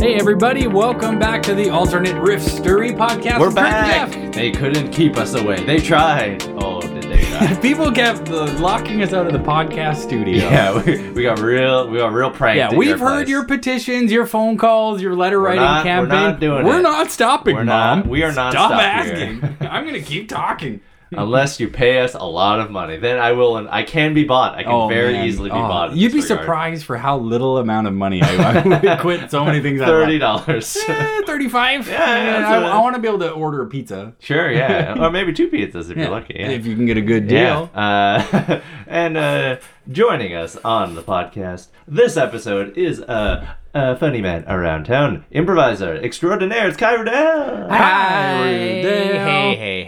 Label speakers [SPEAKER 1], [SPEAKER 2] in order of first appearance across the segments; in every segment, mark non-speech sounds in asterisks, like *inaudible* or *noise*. [SPEAKER 1] Hey, everybody, welcome back to the Alternate Riff Story Podcast.
[SPEAKER 2] We're
[SPEAKER 1] with Kurt
[SPEAKER 2] back.
[SPEAKER 1] and
[SPEAKER 2] They couldn't keep us away. They tried. Oh, did they try?
[SPEAKER 1] *laughs* Jeff. People kept uh, locking us out of the podcast studio.
[SPEAKER 2] yeah, *laughs* we, we got real. We got real pranked.
[SPEAKER 1] Yeah,
[SPEAKER 2] at
[SPEAKER 1] we've
[SPEAKER 2] your
[SPEAKER 1] heard
[SPEAKER 2] place.
[SPEAKER 1] your petitions, your phone calls, your letter writing
[SPEAKER 2] not- we're
[SPEAKER 1] campaign.
[SPEAKER 2] not doing
[SPEAKER 1] We're
[SPEAKER 2] it.
[SPEAKER 1] not stopping,
[SPEAKER 2] We're
[SPEAKER 1] Mom.
[SPEAKER 2] not- we are not
[SPEAKER 1] Stop
[SPEAKER 2] stopping here. *laughs*
[SPEAKER 1] asking. I'm going to keep talking.
[SPEAKER 2] *laughs* Unless you pay us a lot of money, then I will. And I can be bought. I can very
[SPEAKER 1] man.
[SPEAKER 2] easily be
[SPEAKER 1] Oh,
[SPEAKER 2] bought. in
[SPEAKER 1] You'd be
[SPEAKER 2] this regard.
[SPEAKER 1] surprised for how little amount of money I, I *laughs* would
[SPEAKER 2] *laughs*
[SPEAKER 1] quit so many things. I love. *laughs*
[SPEAKER 2] Thirty dollars. *laughs*
[SPEAKER 1] Eh, 35
[SPEAKER 2] Yeah,
[SPEAKER 1] Yeah,
[SPEAKER 2] that's
[SPEAKER 1] I,
[SPEAKER 2] what it
[SPEAKER 1] I
[SPEAKER 2] is.
[SPEAKER 1] want to be able to order a pizza
[SPEAKER 2] sure. Yeah. Or maybe two pizzas if
[SPEAKER 1] Yeah,
[SPEAKER 2] you're lucky. Yeah.
[SPEAKER 1] if you can get a good deal
[SPEAKER 2] Yeah. Uh, *laughs* and uh, joining us on the podcast this episode is uh, a funny man around town, improviser extraordinaire. It's Kyra Dell.
[SPEAKER 1] Hi, Rudell.
[SPEAKER 3] Hey, hey,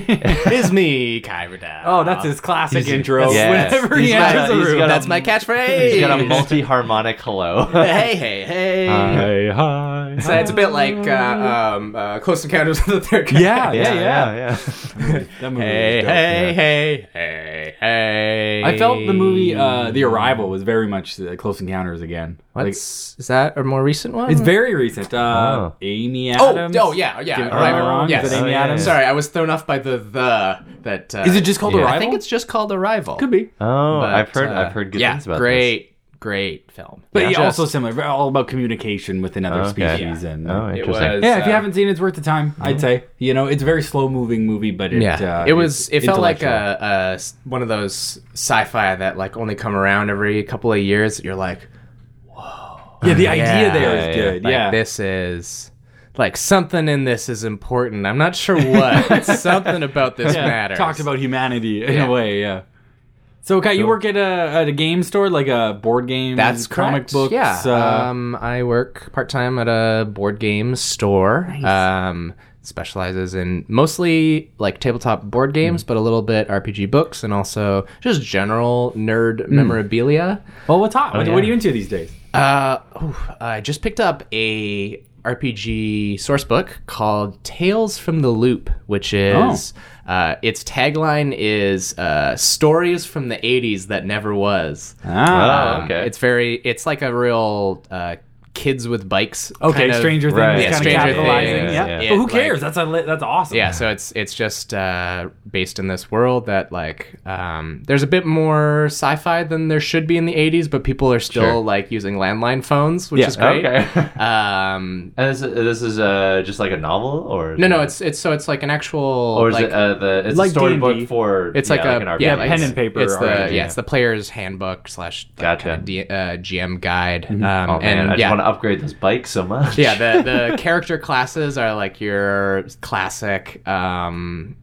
[SPEAKER 3] hey. *laughs* it's me, Kyra Dow.
[SPEAKER 1] oh that's his classic intro
[SPEAKER 2] Yes.
[SPEAKER 1] whenever he
[SPEAKER 2] He's got-
[SPEAKER 1] enters the
[SPEAKER 2] he's
[SPEAKER 1] room
[SPEAKER 2] got a-
[SPEAKER 3] That's my catchphrase.
[SPEAKER 2] He's got a multi-harmonic *laughs* hello.
[SPEAKER 3] *laughs* hey, hey, hey.
[SPEAKER 1] hey hi
[SPEAKER 3] so it's a bit like uh, um, uh, Close Encounters of the Third Kind.
[SPEAKER 1] yeah yeah yeah,
[SPEAKER 2] yeah.
[SPEAKER 1] That movie
[SPEAKER 3] Hey,
[SPEAKER 1] was dope,
[SPEAKER 3] hey,
[SPEAKER 1] yeah.
[SPEAKER 3] hey, hey, hey.
[SPEAKER 1] I felt the movie uh, The Arrival was very much uh, Close Encounters again. Like,
[SPEAKER 3] What's is that a more recent one?
[SPEAKER 1] it's very recent. Uh,
[SPEAKER 2] Oh.
[SPEAKER 1] Amy
[SPEAKER 3] Oh,
[SPEAKER 1] Adams.
[SPEAKER 3] oh yeah, yeah.
[SPEAKER 1] Am I
[SPEAKER 3] Arrival.
[SPEAKER 1] wrong?
[SPEAKER 3] Yes.
[SPEAKER 1] Is it Amy
[SPEAKER 2] Oh, yeah,
[SPEAKER 1] Adams?
[SPEAKER 2] yeah.
[SPEAKER 3] Sorry, I was thrown off by the the that. Uh,
[SPEAKER 1] Is it just called
[SPEAKER 2] Yeah. I
[SPEAKER 1] Arrival?
[SPEAKER 3] I think it's just called Arrival.
[SPEAKER 1] could be.
[SPEAKER 2] Oh,
[SPEAKER 3] But,
[SPEAKER 2] I've heard
[SPEAKER 3] uh,
[SPEAKER 2] I've heard good
[SPEAKER 3] yeah,
[SPEAKER 2] things about this.
[SPEAKER 3] great, great film.
[SPEAKER 1] But
[SPEAKER 2] Yeah.
[SPEAKER 1] yeah,
[SPEAKER 2] Just-
[SPEAKER 1] also similar, very- all about communication with another
[SPEAKER 2] Okay.
[SPEAKER 1] species and
[SPEAKER 2] Oh,
[SPEAKER 3] It
[SPEAKER 2] interesting.
[SPEAKER 3] was,
[SPEAKER 1] yeah. If you
[SPEAKER 3] uh,
[SPEAKER 1] haven't seen, it, it's worth the time. I'd say you know it's a very slow moving movie, but it,
[SPEAKER 3] yeah,
[SPEAKER 1] uh,
[SPEAKER 3] it was. It
[SPEAKER 1] it's
[SPEAKER 3] felt like
[SPEAKER 1] intellectual.
[SPEAKER 3] a, a s- one of those sci-fi that like only come around every couple of years. You're like,
[SPEAKER 1] yeah. The
[SPEAKER 3] yeah,
[SPEAKER 1] idea there is
[SPEAKER 2] yeah, yeah.
[SPEAKER 1] good.
[SPEAKER 3] like,
[SPEAKER 1] yeah,
[SPEAKER 3] this is like something in this is important. I'm not
[SPEAKER 1] *laughs*
[SPEAKER 3] sure what. something about this
[SPEAKER 1] Yeah,
[SPEAKER 3] matters.
[SPEAKER 1] Talked about humanity in a way. Yeah. So, okay, you work at a at a game store, like a board game.
[SPEAKER 3] that's
[SPEAKER 1] comic
[SPEAKER 3] correct.
[SPEAKER 1] books.
[SPEAKER 3] Yeah,
[SPEAKER 1] uh,
[SPEAKER 3] um, I work part time at a board game store. Um, specializes in mostly like tabletop board
[SPEAKER 1] Hmm.
[SPEAKER 3] games, but a little bit RPG books and also just general nerd
[SPEAKER 1] Hmm.
[SPEAKER 3] memorabilia.
[SPEAKER 1] well, what's Oh, hot? what,
[SPEAKER 2] yeah.
[SPEAKER 1] what are you into these days?
[SPEAKER 3] Uh, oh, I just picked up a RPG source book called Tales from the Loop, which is
[SPEAKER 1] Oh.
[SPEAKER 3] uh, its tagline is uh, stories from the '80s that never was.
[SPEAKER 1] Ah,
[SPEAKER 2] Oh, okay.
[SPEAKER 3] Um, It's very, it's like a real uh, kids with bikes.
[SPEAKER 1] okay.
[SPEAKER 3] kind of-
[SPEAKER 1] Stranger Things,
[SPEAKER 2] Right.
[SPEAKER 1] kind
[SPEAKER 2] Yeah,
[SPEAKER 1] of
[SPEAKER 3] Stranger
[SPEAKER 1] capitalizing.
[SPEAKER 3] Things,
[SPEAKER 1] yeah.
[SPEAKER 2] yeah.
[SPEAKER 1] But who
[SPEAKER 3] Like-
[SPEAKER 1] cares? that's a, li- that's awesome.
[SPEAKER 3] Yeah, so it's it's just uh, based in this world that like um, there's a bit more sci-fi than there should be in the '80s, but people are still
[SPEAKER 2] Sure.
[SPEAKER 3] like using landline phones, which
[SPEAKER 1] Yeah,
[SPEAKER 3] is great.
[SPEAKER 2] Okay.
[SPEAKER 3] Um,
[SPEAKER 2] *laughs* and this, this is uh, just like a novel, or
[SPEAKER 3] no, no, it's it's so it's like an actual
[SPEAKER 2] or is
[SPEAKER 3] like
[SPEAKER 2] it uh, the it's
[SPEAKER 1] Like
[SPEAKER 2] a storybook
[SPEAKER 1] D&D.
[SPEAKER 2] for
[SPEAKER 3] it's
[SPEAKER 2] yeah,
[SPEAKER 3] like a
[SPEAKER 2] an RPG.
[SPEAKER 3] yeah,
[SPEAKER 1] pen
[SPEAKER 3] it's-
[SPEAKER 1] and paper
[SPEAKER 3] It's the
[SPEAKER 1] RPG,
[SPEAKER 3] yeah, it's the player's handbook slash like,
[SPEAKER 2] Gotcha.
[SPEAKER 3] kinda D, uh, GM guide.
[SPEAKER 1] Mm-hmm.
[SPEAKER 3] Um,
[SPEAKER 2] Oh man,
[SPEAKER 3] and
[SPEAKER 2] I just
[SPEAKER 3] yeah,
[SPEAKER 2] want to upgrade this bike so much.
[SPEAKER 3] yeah the, the *laughs* character classes are like your classic um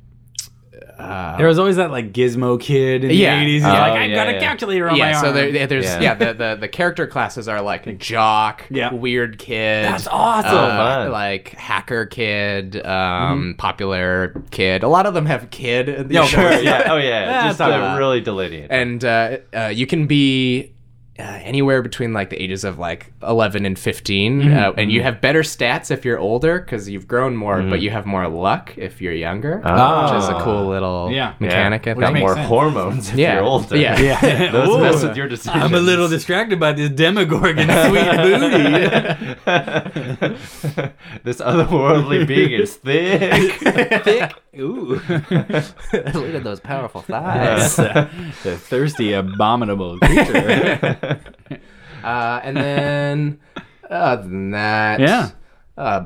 [SPEAKER 1] There was always that like Gizmo kid in the
[SPEAKER 3] Yeah.
[SPEAKER 1] 80s. He's
[SPEAKER 3] Oh,
[SPEAKER 1] like, I've got
[SPEAKER 2] yeah,
[SPEAKER 1] a
[SPEAKER 2] yeah.
[SPEAKER 1] calculator on my
[SPEAKER 3] yeah
[SPEAKER 1] arm.
[SPEAKER 3] so
[SPEAKER 1] *laughs*
[SPEAKER 3] *laughs* there, there's
[SPEAKER 2] Yeah.
[SPEAKER 3] yeah, the, the the character classes are like jock
[SPEAKER 1] Yeah.
[SPEAKER 3] weird kid
[SPEAKER 1] That's awesome.
[SPEAKER 3] uh,
[SPEAKER 2] fun.
[SPEAKER 3] like hacker kid
[SPEAKER 1] Mm-hmm.
[SPEAKER 3] um popular kid a lot of them have kid in the
[SPEAKER 1] Yeah,
[SPEAKER 3] show.
[SPEAKER 1] sure.
[SPEAKER 2] *laughs* yeah. Oh yeah.
[SPEAKER 1] Yeah,
[SPEAKER 2] just
[SPEAKER 1] that's all
[SPEAKER 2] uh,
[SPEAKER 1] right.
[SPEAKER 2] really delineate.
[SPEAKER 3] and uh, uh, you can be uh, anywhere between like the ages of like 11 and 15
[SPEAKER 1] Mm-hmm.
[SPEAKER 3] uh, and you have better stats if you're older because you've grown more
[SPEAKER 1] Mm-hmm.
[SPEAKER 3] but you have more luck if you're younger
[SPEAKER 2] Ah.
[SPEAKER 3] which is a cool little
[SPEAKER 1] Yeah.
[SPEAKER 3] mechanic
[SPEAKER 2] yeah.
[SPEAKER 3] I
[SPEAKER 2] got
[SPEAKER 3] think.
[SPEAKER 1] makes
[SPEAKER 2] more
[SPEAKER 1] sense.
[SPEAKER 2] hormones if
[SPEAKER 3] Yeah.
[SPEAKER 2] you're older.
[SPEAKER 3] Yeah.
[SPEAKER 1] Yeah.
[SPEAKER 2] Those
[SPEAKER 1] Ooh.
[SPEAKER 2] mess with your decisions.
[SPEAKER 1] I'm a little distracted by this
[SPEAKER 3] *laughs*
[SPEAKER 1] Demogorgon sweet booty.
[SPEAKER 2] this otherworldly being is
[SPEAKER 1] *laughs*
[SPEAKER 2] thick.
[SPEAKER 1] Thick. Ooh.
[SPEAKER 3] *laughs* look at those powerful thighs
[SPEAKER 1] *laughs* uh, the thirsty, abominable creature.
[SPEAKER 3] *laughs* *laughs* uh, and then other than that
[SPEAKER 1] Yeah.
[SPEAKER 3] uh,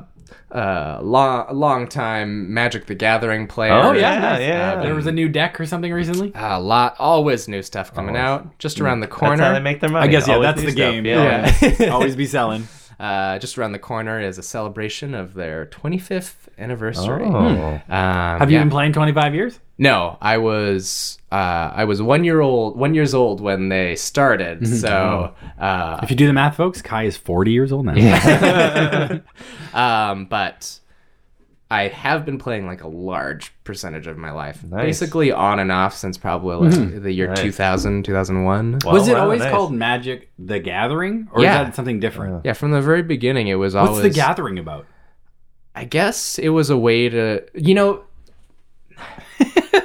[SPEAKER 3] uh, long, long time Magic the Gathering player
[SPEAKER 2] Oh,
[SPEAKER 1] yeah,
[SPEAKER 2] yeah,
[SPEAKER 1] nice.
[SPEAKER 2] yeah.
[SPEAKER 1] There was a new deck or something recently.
[SPEAKER 3] a lot always new stuff coming out
[SPEAKER 1] Mm.
[SPEAKER 3] just around the corner
[SPEAKER 2] That's how they make their money.
[SPEAKER 1] I guess yeah,
[SPEAKER 2] Always
[SPEAKER 1] that's
[SPEAKER 2] new
[SPEAKER 1] the
[SPEAKER 2] stuff,
[SPEAKER 1] game.
[SPEAKER 2] Yeah.
[SPEAKER 1] Yeah. Always be selling.
[SPEAKER 3] Uh, just around the corner is a celebration of their 25th anniversary.
[SPEAKER 2] Oh.
[SPEAKER 3] Hmm. Um,
[SPEAKER 1] *laughs* Have you
[SPEAKER 3] yeah.
[SPEAKER 1] been playing 25 years?
[SPEAKER 3] No, I was uh, I was one year old, one years old when they started. So, uh,
[SPEAKER 1] If you do the
[SPEAKER 2] *laughs*
[SPEAKER 1] math, folks, Kai is 40 years old now.
[SPEAKER 3] um, but I have been playing like a large percentage of my life,
[SPEAKER 2] Nice.
[SPEAKER 3] basically on and off since probably like, the year
[SPEAKER 2] Nice.
[SPEAKER 3] 2000, 2001.
[SPEAKER 1] *laughs*
[SPEAKER 2] Wow,
[SPEAKER 1] Hmm. was it
[SPEAKER 2] wow,
[SPEAKER 1] always
[SPEAKER 2] nice.
[SPEAKER 1] called Magic the Gathering, or
[SPEAKER 3] Yeah.
[SPEAKER 1] is that something different?
[SPEAKER 3] Yeah, from the very beginning, it was
[SPEAKER 1] What's
[SPEAKER 3] always.
[SPEAKER 1] the Gathering
[SPEAKER 2] *laughs*
[SPEAKER 1] about? *laughs*
[SPEAKER 3] I guess it was a way to, you know,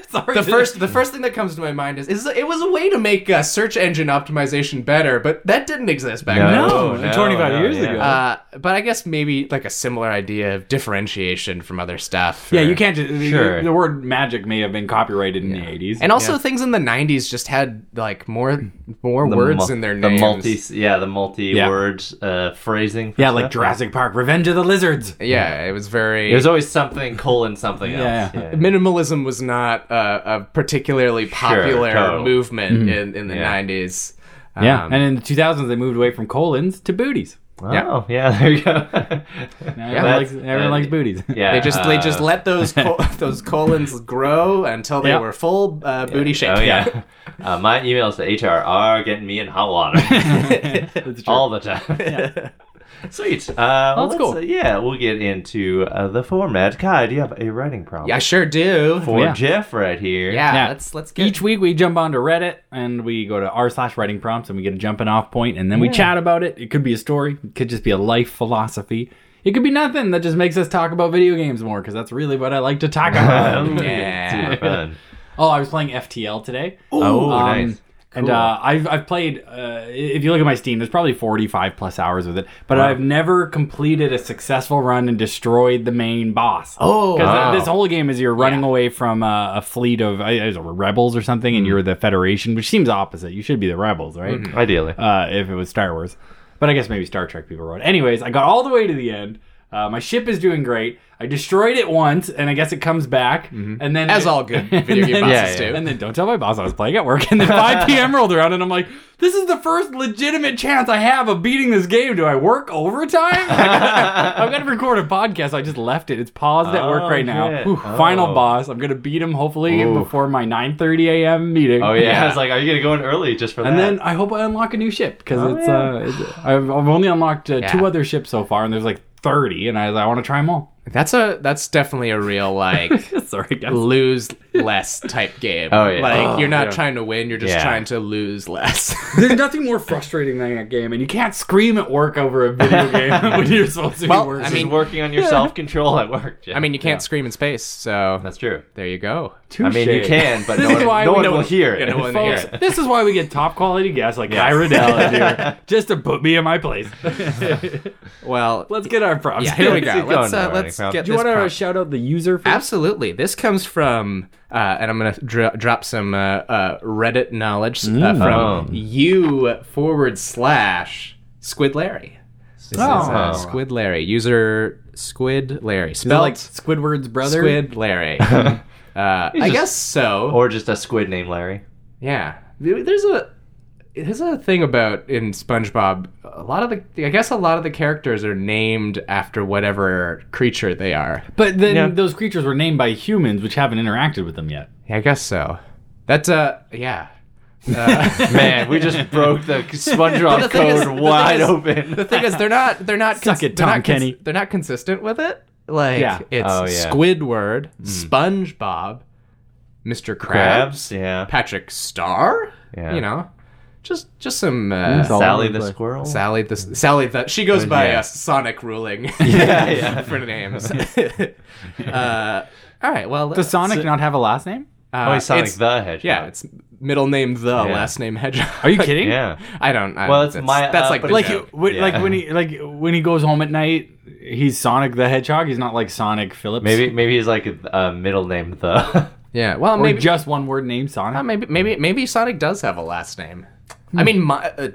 [SPEAKER 1] Sorry,
[SPEAKER 3] the
[SPEAKER 1] dude.
[SPEAKER 3] first the first thing that comes to my mind is, is it was a way to make uh, search engine optimization better, but that didn't exist back then.
[SPEAKER 1] No, 25 years ago.
[SPEAKER 3] Uh, but I guess maybe like a similar idea of differentiation from other stuff.
[SPEAKER 1] Yeah,
[SPEAKER 3] or-
[SPEAKER 1] you can't just
[SPEAKER 2] Sure.
[SPEAKER 1] the, the word magic may have been copyrighted in the eighties.
[SPEAKER 3] And also, things in the '90s just had like more more
[SPEAKER 2] The
[SPEAKER 3] words
[SPEAKER 2] mul-
[SPEAKER 3] in their names.
[SPEAKER 2] The multi, yeah, the multi-word uh, phrasing. for
[SPEAKER 1] yeah, like
[SPEAKER 2] stuff.
[SPEAKER 1] Jurassic Park, Revenge of the Lizards.
[SPEAKER 3] yeah, it was very.
[SPEAKER 2] There's always something colon something
[SPEAKER 1] Yeah.
[SPEAKER 2] else. Yeah.
[SPEAKER 3] minimalism was not uh, a particularly popular
[SPEAKER 2] totally.
[SPEAKER 3] movement in, in the
[SPEAKER 2] Yeah.
[SPEAKER 3] 90s.
[SPEAKER 1] yeah,
[SPEAKER 3] Um,
[SPEAKER 1] and in the two thousands they moved away from colons to booties.
[SPEAKER 2] Oh, yeah. There you go.
[SPEAKER 1] Now
[SPEAKER 2] That's-
[SPEAKER 1] *laughs* everyone, likes, everyone
[SPEAKER 2] uh,
[SPEAKER 1] likes booties. *laughs*
[SPEAKER 2] Yeah.
[SPEAKER 3] they just they just
[SPEAKER 2] uh,
[SPEAKER 3] let
[SPEAKER 2] *laughs*
[SPEAKER 3] those col- those colons grow until they
[SPEAKER 1] Yeah.
[SPEAKER 3] were full uh, booty shaped.
[SPEAKER 2] Oh yeah. *laughs* uh, my emails to HR are getting me in hot
[SPEAKER 1] *laughs*
[SPEAKER 2] water
[SPEAKER 1] That's true.
[SPEAKER 2] *laughs* all the time. *laughs* Sweet. Uh, well,
[SPEAKER 1] that's
[SPEAKER 2] let's,
[SPEAKER 1] cool.
[SPEAKER 2] uh, yeah, we'll get into uh, the format. Kai, do you have a writing problem?
[SPEAKER 3] Yeah, *laughs* I sure do.
[SPEAKER 2] For
[SPEAKER 1] Yeah.
[SPEAKER 2] Jeff right here.
[SPEAKER 3] yeah,
[SPEAKER 1] Yeah.
[SPEAKER 3] let's let's get
[SPEAKER 1] Each week we jump onto Reddit and we go to r slash writing prompts and we get a jumping off point and then we chat about it. It could be a story, it could just be a life philosophy. It could be nothing that just makes us talk about video games more because that's really what I like to talk
[SPEAKER 3] *laughs*
[SPEAKER 2] Um,
[SPEAKER 1] about.
[SPEAKER 2] *laughs*
[SPEAKER 3] Yeah.
[SPEAKER 2] Super fun.
[SPEAKER 1] oh, I was playing FTL today. Um,
[SPEAKER 2] Oh, nice.
[SPEAKER 1] And uh, I've, I've played, uh, if you look at my Steam, there's probably 45 plus hours with it, but I've never completed a successful run and destroyed the main boss.
[SPEAKER 3] Oh,
[SPEAKER 1] Because
[SPEAKER 2] Wow.
[SPEAKER 1] this whole game is you're running away from uh, a fleet of uh, is it rebels or something,
[SPEAKER 2] Hmm.
[SPEAKER 1] and you're the Federation, which seems opposite. You should be the rebels, right?
[SPEAKER 2] Ideally.
[SPEAKER 1] Uh, if it was Star Wars, but I guess maybe Star Trek people wrote. it. Anyways, I got all the way to the end. Uh, my ship is doing great. I destroyed it once, and I guess it comes back,
[SPEAKER 2] Mm-hmm.
[SPEAKER 1] and then
[SPEAKER 3] as
[SPEAKER 1] *laughs*
[SPEAKER 2] *laughs*
[SPEAKER 3] all good video game
[SPEAKER 1] and
[SPEAKER 3] bosses
[SPEAKER 1] then-
[SPEAKER 2] yeah,
[SPEAKER 3] do.
[SPEAKER 1] And then don't tell my boss I was playing at work. And then
[SPEAKER 2] *laughs*
[SPEAKER 1] 5 p.m. rolled around, and I'm like, this is the first legitimate chance I have of beating this game. Do I work overtime? *laughs* I've got to record a podcast. I just left it. It's paused at
[SPEAKER 2] Oh,
[SPEAKER 1] work right now.
[SPEAKER 2] shit.
[SPEAKER 1] Whew,
[SPEAKER 2] Oh.
[SPEAKER 1] Final boss. I'm gonna beat him hopefully
[SPEAKER 2] Ooh.
[SPEAKER 1] before my 9:30 a.m. meeting.
[SPEAKER 2] oh, yeah. I was like, are you going to go in early just for
[SPEAKER 1] And
[SPEAKER 2] that?
[SPEAKER 1] then I hope I unlock a new ship because
[SPEAKER 2] Oh,
[SPEAKER 1] it's
[SPEAKER 2] yeah.
[SPEAKER 1] uh, it's- I've, I've only unlocked uh,
[SPEAKER 3] Yeah.
[SPEAKER 1] two other ships so far, and there's like 30, and I, I want to try them all. *laughs*
[SPEAKER 3] That's a that's definitely a real
[SPEAKER 2] *laughs*
[SPEAKER 3] like
[SPEAKER 1] Sorry, guys.
[SPEAKER 3] lose less type game.
[SPEAKER 2] Oh, yeah.
[SPEAKER 3] like
[SPEAKER 2] Oh,
[SPEAKER 3] you're not
[SPEAKER 1] yeah.
[SPEAKER 3] trying to win, you're just
[SPEAKER 2] Yeah.
[SPEAKER 3] trying to
[SPEAKER 2] *laughs*
[SPEAKER 3] lose less.
[SPEAKER 1] There's nothing more frustrating than that game, and you can't scream at work over a video game *laughs* when you're supposed to
[SPEAKER 3] Well,
[SPEAKER 1] be
[SPEAKER 3] I
[SPEAKER 1] working.
[SPEAKER 2] I mean,
[SPEAKER 3] mean-
[SPEAKER 2] working on your self control at work. Jeff.
[SPEAKER 3] I mean, you can't scream in space, so
[SPEAKER 2] that's true.
[SPEAKER 3] there you go.
[SPEAKER 1] Touche.
[SPEAKER 2] I mean, you can, but
[SPEAKER 1] This
[SPEAKER 2] no
[SPEAKER 1] is
[SPEAKER 2] one,
[SPEAKER 1] why
[SPEAKER 2] no
[SPEAKER 1] we
[SPEAKER 2] one
[SPEAKER 1] don't-
[SPEAKER 2] will hear it.
[SPEAKER 3] Yeah, no one-
[SPEAKER 1] Folks,
[SPEAKER 3] Yeah.
[SPEAKER 1] this is why we get top quality guests like Guy Riddell in here, just to put me in my place.
[SPEAKER 3] Well,
[SPEAKER 1] let's get our props.
[SPEAKER 3] yeah, here
[SPEAKER 1] *laughs*
[SPEAKER 2] *laughs*
[SPEAKER 3] we
[SPEAKER 2] Let's
[SPEAKER 3] go.
[SPEAKER 2] keep going,
[SPEAKER 3] Let's uh,
[SPEAKER 2] Dominic.
[SPEAKER 3] let's
[SPEAKER 2] Well,
[SPEAKER 3] get
[SPEAKER 1] Do you
[SPEAKER 3] this
[SPEAKER 1] want to
[SPEAKER 3] prompt.
[SPEAKER 1] shout out the user? first?
[SPEAKER 3] Absolutely. This comes from, uh, and I'm going to dr- drop some uh, uh, Reddit knowledge
[SPEAKER 1] Mm.
[SPEAKER 3] uh,
[SPEAKER 2] Oh.
[SPEAKER 3] from you forward slash Squid Larry. This is uh,
[SPEAKER 1] Oh.
[SPEAKER 3] Squid Larry. User Squid Larry.
[SPEAKER 1] Is it
[SPEAKER 3] Spelled
[SPEAKER 1] like Squidward's brother.
[SPEAKER 3] Squid
[SPEAKER 1] *laughs*
[SPEAKER 3] Larry. uh, I
[SPEAKER 2] just-
[SPEAKER 3] guess so.
[SPEAKER 2] Or just a squid named Larry.
[SPEAKER 3] Yeah, There- there's a there's a thing about in SpongeBob. A lot of the I guess a lot of the characters are named after whatever creature they are.
[SPEAKER 1] But then
[SPEAKER 2] Yeah.
[SPEAKER 1] those creatures were named by humans, which haven't interacted with them yet.
[SPEAKER 3] Yeah, I guess so. That's uh yeah. Uh,
[SPEAKER 2] Man, we just *laughs* broke the
[SPEAKER 3] But the
[SPEAKER 2] SpongeBob
[SPEAKER 3] thing
[SPEAKER 2] code
[SPEAKER 3] is- the thing
[SPEAKER 2] wide
[SPEAKER 3] is- The
[SPEAKER 2] open.
[SPEAKER 3] thing is, they're not they're not
[SPEAKER 1] Suck it,
[SPEAKER 3] they're
[SPEAKER 1] Tom
[SPEAKER 3] not cons-
[SPEAKER 1] Kenny.
[SPEAKER 3] They're not consistent with it. Like
[SPEAKER 1] Yeah.
[SPEAKER 3] it's
[SPEAKER 2] Oh, yeah.
[SPEAKER 3] Squidward, SpongeBob, Mr. Krabs,
[SPEAKER 2] yeah.
[SPEAKER 3] Patrick Star.
[SPEAKER 2] Yeah.
[SPEAKER 3] You know, just just some uh,
[SPEAKER 1] Sal-
[SPEAKER 2] Sally
[SPEAKER 1] Solid
[SPEAKER 2] the
[SPEAKER 1] play.
[SPEAKER 2] squirrel.
[SPEAKER 3] Sally the Sally the she goes by
[SPEAKER 2] yeah.
[SPEAKER 3] uh, Sonic ruling
[SPEAKER 2] yeah.
[SPEAKER 3] *laughs* for names. uh, all right, well,
[SPEAKER 1] Does Sonic not have a last name?
[SPEAKER 3] uh,
[SPEAKER 2] oh, he's Sonic
[SPEAKER 3] it's-
[SPEAKER 2] the Hedgehog.
[SPEAKER 3] Yeah, it's middle name the last name Hedgehog.
[SPEAKER 1] Are you kidding?
[SPEAKER 2] yeah.
[SPEAKER 3] I don't. I,
[SPEAKER 2] Well, it's
[SPEAKER 3] that's,
[SPEAKER 2] my-
[SPEAKER 3] that's
[SPEAKER 2] uh,
[SPEAKER 3] like
[SPEAKER 2] but
[SPEAKER 3] the
[SPEAKER 1] Like,
[SPEAKER 3] joke.
[SPEAKER 1] when,
[SPEAKER 2] Yeah.
[SPEAKER 1] like when he like when he goes home at night, he's Sonic the Hedgehog. He's not like Sonic Phillips.
[SPEAKER 2] Maybe maybe he's like a uh, middle name *laughs* the.
[SPEAKER 3] yeah. Well,
[SPEAKER 1] or
[SPEAKER 3] maybe
[SPEAKER 1] just one word name Sonic.
[SPEAKER 3] uh, maybe maybe maybe Sonic does have a last name. I mean, my, uh,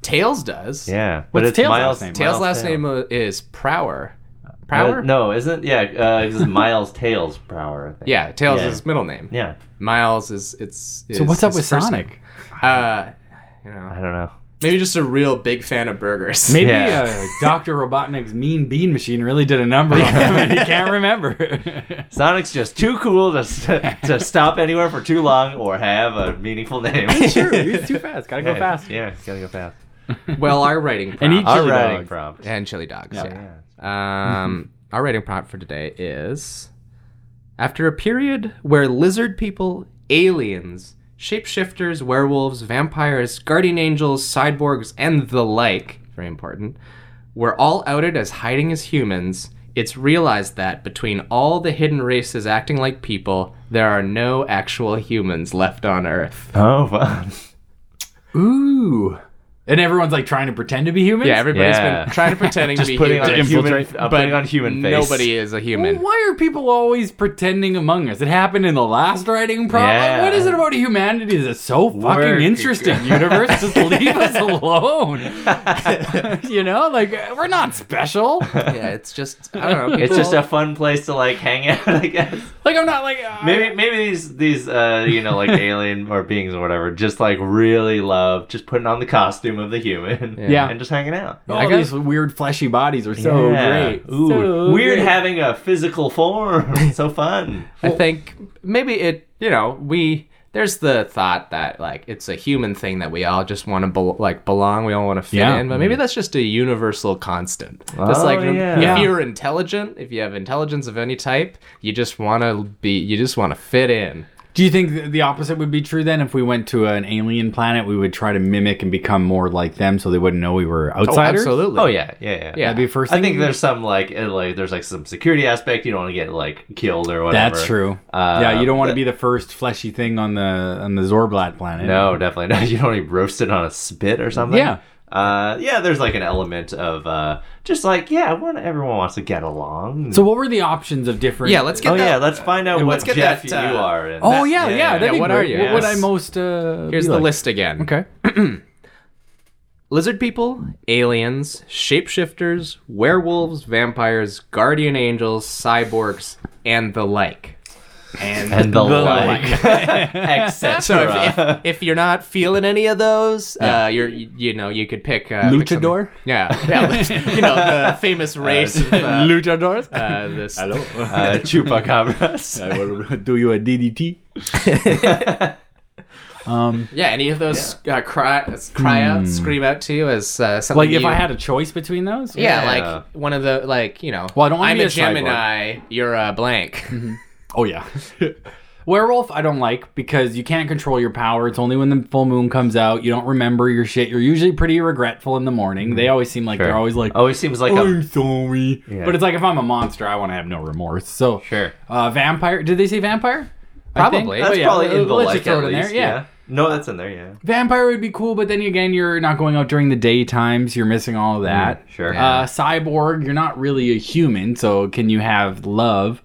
[SPEAKER 3] Tails does.
[SPEAKER 2] Hmm. yeah. But
[SPEAKER 1] What's
[SPEAKER 2] it's
[SPEAKER 1] Tails'
[SPEAKER 2] Miles.
[SPEAKER 1] last name?
[SPEAKER 3] Tails'
[SPEAKER 2] Miles
[SPEAKER 3] last
[SPEAKER 2] Tail.
[SPEAKER 3] name uh, is Prower.
[SPEAKER 2] Uh,
[SPEAKER 3] Prower.
[SPEAKER 2] no, isn't yeah. Uh, it's *laughs* Miles Tails Prower. I think.
[SPEAKER 3] Yeah, Tails
[SPEAKER 2] Yeah.
[SPEAKER 3] is middle name.
[SPEAKER 2] Yeah.
[SPEAKER 3] Miles is it's.
[SPEAKER 1] so
[SPEAKER 3] is
[SPEAKER 1] what's up
[SPEAKER 3] his
[SPEAKER 1] with
[SPEAKER 3] first
[SPEAKER 1] Sonic?
[SPEAKER 3] name. Uh, you know,
[SPEAKER 2] I don't know.
[SPEAKER 3] maybe just a real big fan of burgers.
[SPEAKER 1] Maybe
[SPEAKER 2] Yeah.
[SPEAKER 1] uh, Dr. Robotnik's mean bean machine really did a number on him and he can't remember.
[SPEAKER 2] Sonic's just too cool to s- to stop anywhere for too long or have a meaningful name. *laughs*
[SPEAKER 1] sure, he's too fast. Gotta go
[SPEAKER 2] Yeah,
[SPEAKER 1] fast.
[SPEAKER 2] Yeah, gotta go fast.
[SPEAKER 3] *laughs* Well, our writing prompt
[SPEAKER 1] And each-
[SPEAKER 2] Our
[SPEAKER 1] Chili
[SPEAKER 2] writing
[SPEAKER 1] dog.
[SPEAKER 2] prompt.
[SPEAKER 3] and chili dogs. Yeah.
[SPEAKER 2] Yeah.
[SPEAKER 3] Um, Our writing prompt for today is After a period where lizard people, aliens, shapeshifters, werewolves, vampires, guardian angels, cyborgs, and the like, very important, were all outed as hiding as humans, it's realized that between all the hidden races acting like people, there are no actual humans left on Earth.
[SPEAKER 2] Oh, *laughs* fun.
[SPEAKER 1] Ooh. And everyone's like trying to pretend to be humans?
[SPEAKER 3] Yeah, everybody's
[SPEAKER 2] Yeah.
[SPEAKER 3] been trying
[SPEAKER 2] *laughs*
[SPEAKER 3] to pretending to be
[SPEAKER 2] putting on
[SPEAKER 3] human,
[SPEAKER 2] a human,
[SPEAKER 1] infiltrate-
[SPEAKER 2] uh, putting on human face.
[SPEAKER 3] Nobody is a human.
[SPEAKER 1] Why are people always pretending among us? It happened in the last writing problem.
[SPEAKER 2] Yeah.
[SPEAKER 1] What is it about humanity that's so fucking
[SPEAKER 2] Work.
[SPEAKER 1] interesting? Universe, just leave us alone. *laughs* you know, like we're not special.
[SPEAKER 3] *laughs* yeah, it's just I don't know.
[SPEAKER 2] It's
[SPEAKER 3] people-
[SPEAKER 2] just a fun place to like hang out, I guess.
[SPEAKER 1] Like I'm not like uh,
[SPEAKER 2] Maybe maybe these these uh
[SPEAKER 1] *laughs*
[SPEAKER 2] you know like alien or beings or whatever just like really love just putting on the costume of the human
[SPEAKER 1] Yeah.
[SPEAKER 2] and just hanging out.
[SPEAKER 1] all
[SPEAKER 3] I guess-
[SPEAKER 1] these weird fleshy bodies are Oh, so
[SPEAKER 2] Yeah.
[SPEAKER 1] great.
[SPEAKER 2] Ooh,
[SPEAKER 1] So
[SPEAKER 2] weird
[SPEAKER 1] great.
[SPEAKER 2] having a physical *laughs* form. so fun.
[SPEAKER 3] I think maybe it. You know, we there's the thought that like it's a human thing that we all just want to bel like belong. We all want to fit
[SPEAKER 1] Yeah.
[SPEAKER 3] in, but maybe that's just a universal constant. That's
[SPEAKER 2] Oh,
[SPEAKER 3] like
[SPEAKER 2] yeah.
[SPEAKER 3] if
[SPEAKER 1] Yeah.
[SPEAKER 3] you're intelligent, if you have intelligence of any type, you just want to be. You just want to fit in.
[SPEAKER 1] Do you think th- the opposite would be true then? If we went to an alien planet, we would try to mimic and become more like them, so they wouldn't know we were outsiders.
[SPEAKER 3] absolutely.
[SPEAKER 2] Oh yeah, yeah, yeah.
[SPEAKER 3] Yeah.
[SPEAKER 1] That'd be first.
[SPEAKER 2] I
[SPEAKER 1] thing
[SPEAKER 2] think
[SPEAKER 1] you-
[SPEAKER 2] there's some like uh, like there's like some security aspect. You don't want to get like killed or whatever.
[SPEAKER 1] That's true.
[SPEAKER 2] Uh,
[SPEAKER 1] yeah, you don't want to
[SPEAKER 2] but-
[SPEAKER 1] be the first fleshy thing on the on the Zorblat planet.
[SPEAKER 2] No, definitely not. *laughs* You don't even roast it on a spit or something.
[SPEAKER 1] Yeah.
[SPEAKER 2] Uh, yeah, there's like an element of uh, just like, yeah, I want everyone wants to get along.
[SPEAKER 1] So what were the options of different?
[SPEAKER 3] Yeah, let's get
[SPEAKER 2] oh,
[SPEAKER 3] that.
[SPEAKER 2] yeah, let's find out
[SPEAKER 3] and
[SPEAKER 2] what
[SPEAKER 3] let's get
[SPEAKER 2] Jeff
[SPEAKER 3] that, uh,
[SPEAKER 2] you are. and
[SPEAKER 1] Oh
[SPEAKER 2] that-
[SPEAKER 1] yeah, yeah. that'd
[SPEAKER 3] yeah,
[SPEAKER 1] be
[SPEAKER 3] what
[SPEAKER 1] great.
[SPEAKER 3] are you?
[SPEAKER 1] What would I
[SPEAKER 2] Yes.
[SPEAKER 1] most? Uh,
[SPEAKER 3] Here's
[SPEAKER 1] be
[SPEAKER 3] the
[SPEAKER 1] like?
[SPEAKER 3] list again.
[SPEAKER 1] Okay.
[SPEAKER 3] Lizard people, aliens, shapeshifters, werewolves, vampires, guardian angels, cyborgs, and the like.
[SPEAKER 1] And,
[SPEAKER 2] And the,
[SPEAKER 1] The
[SPEAKER 2] like, etc.
[SPEAKER 3] So if,
[SPEAKER 1] uh,
[SPEAKER 3] if, if you're not feeling any of those, uh, you're you, you know you could pick uh, pick some-
[SPEAKER 1] Luchador?
[SPEAKER 3] yeah,
[SPEAKER 1] *laughs*
[SPEAKER 3] yeah, you know the famous race of uh,
[SPEAKER 1] luchadors.
[SPEAKER 3] uh, this.
[SPEAKER 2] uh, *laughs* chupacabras.
[SPEAKER 1] I will do you a DDT. um,
[SPEAKER 3] Yeah, any of those uh, cry cry out, scream out to you as uh, something.
[SPEAKER 1] *laughs* like if
[SPEAKER 3] you-
[SPEAKER 1] I had a choice between those.
[SPEAKER 3] yeah,
[SPEAKER 2] Yeah.
[SPEAKER 3] like one of the like you know.
[SPEAKER 1] Well, I don't wanna
[SPEAKER 3] I'm
[SPEAKER 1] be
[SPEAKER 3] a
[SPEAKER 1] a cyborg.
[SPEAKER 3] Gemini. You're a blank.
[SPEAKER 1] Oh yeah. *laughs* Werewolf, I don't like because you can't control your power. It's only when the full moon comes out. You don't remember your shit. You're usually pretty regretful in the morning. They always seem like
[SPEAKER 2] Mm-hmm. Sure.
[SPEAKER 1] they're always like,
[SPEAKER 2] *laughs* Always seems like
[SPEAKER 1] I'm
[SPEAKER 2] a
[SPEAKER 1] sorry.
[SPEAKER 2] Yeah.
[SPEAKER 1] But it's like if I'm a monster, I want to have no remorse. So
[SPEAKER 2] Sure.
[SPEAKER 1] uh, vampire. Did they say vampire? I think.
[SPEAKER 3] Probably.
[SPEAKER 2] that's
[SPEAKER 1] Oh, yeah,
[SPEAKER 2] probably
[SPEAKER 1] let-
[SPEAKER 2] in the
[SPEAKER 1] let's
[SPEAKER 2] like
[SPEAKER 1] just throw
[SPEAKER 2] at
[SPEAKER 1] it in
[SPEAKER 2] least.
[SPEAKER 1] there,
[SPEAKER 2] yeah.
[SPEAKER 1] yeah.
[SPEAKER 2] no, that's in there. Yeah,
[SPEAKER 1] Vampire would be cool, but then again, you're not going out during the daytimes. You're missing all
[SPEAKER 2] Mm.
[SPEAKER 1] of that.
[SPEAKER 2] sure.
[SPEAKER 1] Uh, cyborg, you're not really a human, so can you have love?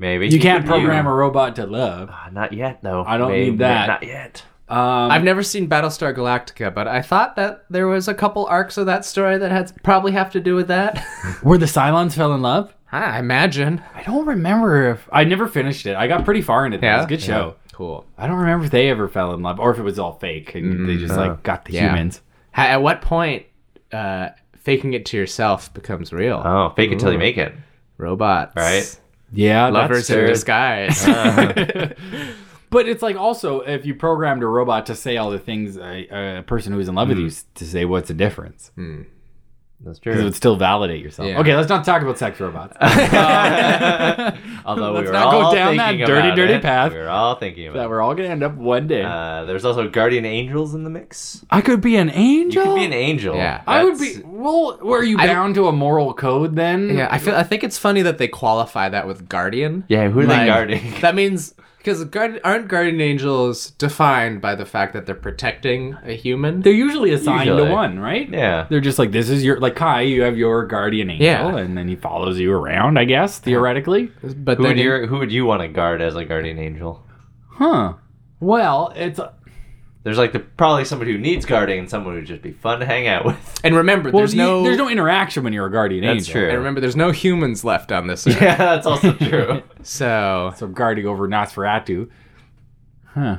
[SPEAKER 2] maybe
[SPEAKER 1] You can't program a robot to love.
[SPEAKER 2] Uh, not yet, though.
[SPEAKER 1] I don't
[SPEAKER 2] Maybe-
[SPEAKER 1] need that.
[SPEAKER 2] Not yet.
[SPEAKER 1] Um,
[SPEAKER 3] I've never seen Battlestar Galactica, but I thought that there was a couple arcs of that story that had probably have to do with that.
[SPEAKER 1] where the Cylons fell in love?
[SPEAKER 3] I imagine.
[SPEAKER 1] *laughs* I don't remember if I never finished it. I got pretty far into it. It was a good show.
[SPEAKER 3] Cool.
[SPEAKER 1] I don't remember if they ever fell in love or if it was all fake and they just like got the
[SPEAKER 3] Yeah.
[SPEAKER 1] humans.
[SPEAKER 3] Ha- at what point uh, faking it to yourself becomes real?
[SPEAKER 2] Oh, fake it till you make it.
[SPEAKER 3] Robots,
[SPEAKER 2] Right.
[SPEAKER 1] Yeah,
[SPEAKER 3] Lovers
[SPEAKER 1] that's
[SPEAKER 3] in
[SPEAKER 1] true.
[SPEAKER 3] disguise.
[SPEAKER 1] *laughs* But it's like also if you programmed a robot to say all the things a, a person who's in love with you s- to say, what's the difference? Because
[SPEAKER 2] That's
[SPEAKER 1] it
[SPEAKER 2] true. *laughs*
[SPEAKER 1] would still validate yourself.
[SPEAKER 3] Yeah.
[SPEAKER 1] Okay, let's not talk about sex robots. *laughs*
[SPEAKER 2] Although
[SPEAKER 1] Let's
[SPEAKER 2] we were
[SPEAKER 1] not go
[SPEAKER 2] all
[SPEAKER 1] down that
[SPEAKER 2] thinking
[SPEAKER 1] dirty,
[SPEAKER 2] about
[SPEAKER 1] dirty
[SPEAKER 2] it.
[SPEAKER 1] path.
[SPEAKER 2] We were all thinking about
[SPEAKER 1] that we're all gonna end up one day.
[SPEAKER 2] it. Uh, there's also guardian angels in the mix.
[SPEAKER 1] I could be an
[SPEAKER 2] You
[SPEAKER 1] angel.
[SPEAKER 2] could be an angel.
[SPEAKER 3] Yeah.
[SPEAKER 1] I would
[SPEAKER 2] That's-
[SPEAKER 1] be. Well, were you
[SPEAKER 3] I-
[SPEAKER 1] bound to a moral code then?
[SPEAKER 3] *laughs* yeah, I feel. I think it's funny that they qualify that with guardian.
[SPEAKER 2] Yeah, who are they
[SPEAKER 3] Like,
[SPEAKER 2] guarding?
[SPEAKER 3] That means because guard, aren't guardian angels defined by the fact that they're protecting a human?
[SPEAKER 1] They're usually assigned
[SPEAKER 2] Usually.
[SPEAKER 1] to one, right?
[SPEAKER 2] *laughs* Yeah.
[SPEAKER 1] They're just like this is your like Kai. You have your guardian angel,
[SPEAKER 3] Yeah.
[SPEAKER 1] and then he follows you around. I guess theoretically,
[SPEAKER 3] but
[SPEAKER 2] Who
[SPEAKER 3] then
[SPEAKER 2] would,
[SPEAKER 3] in-
[SPEAKER 2] you, who would you want to guard as a guardian angel?
[SPEAKER 1] huh? Well, it's
[SPEAKER 2] There's like the probably somebody who needs guarding and someone who'd just be fun to hang out with. *laughs*
[SPEAKER 3] and remember,
[SPEAKER 1] well,
[SPEAKER 3] there's
[SPEAKER 1] you-
[SPEAKER 3] no
[SPEAKER 1] there's no interaction when you're a guardian
[SPEAKER 2] That's
[SPEAKER 1] angel.
[SPEAKER 2] true.
[SPEAKER 3] And remember, there's no humans left on this earth.
[SPEAKER 2] Yeah, that's *laughs* also true.
[SPEAKER 3] So
[SPEAKER 1] So guarding over Nosferatu, huh?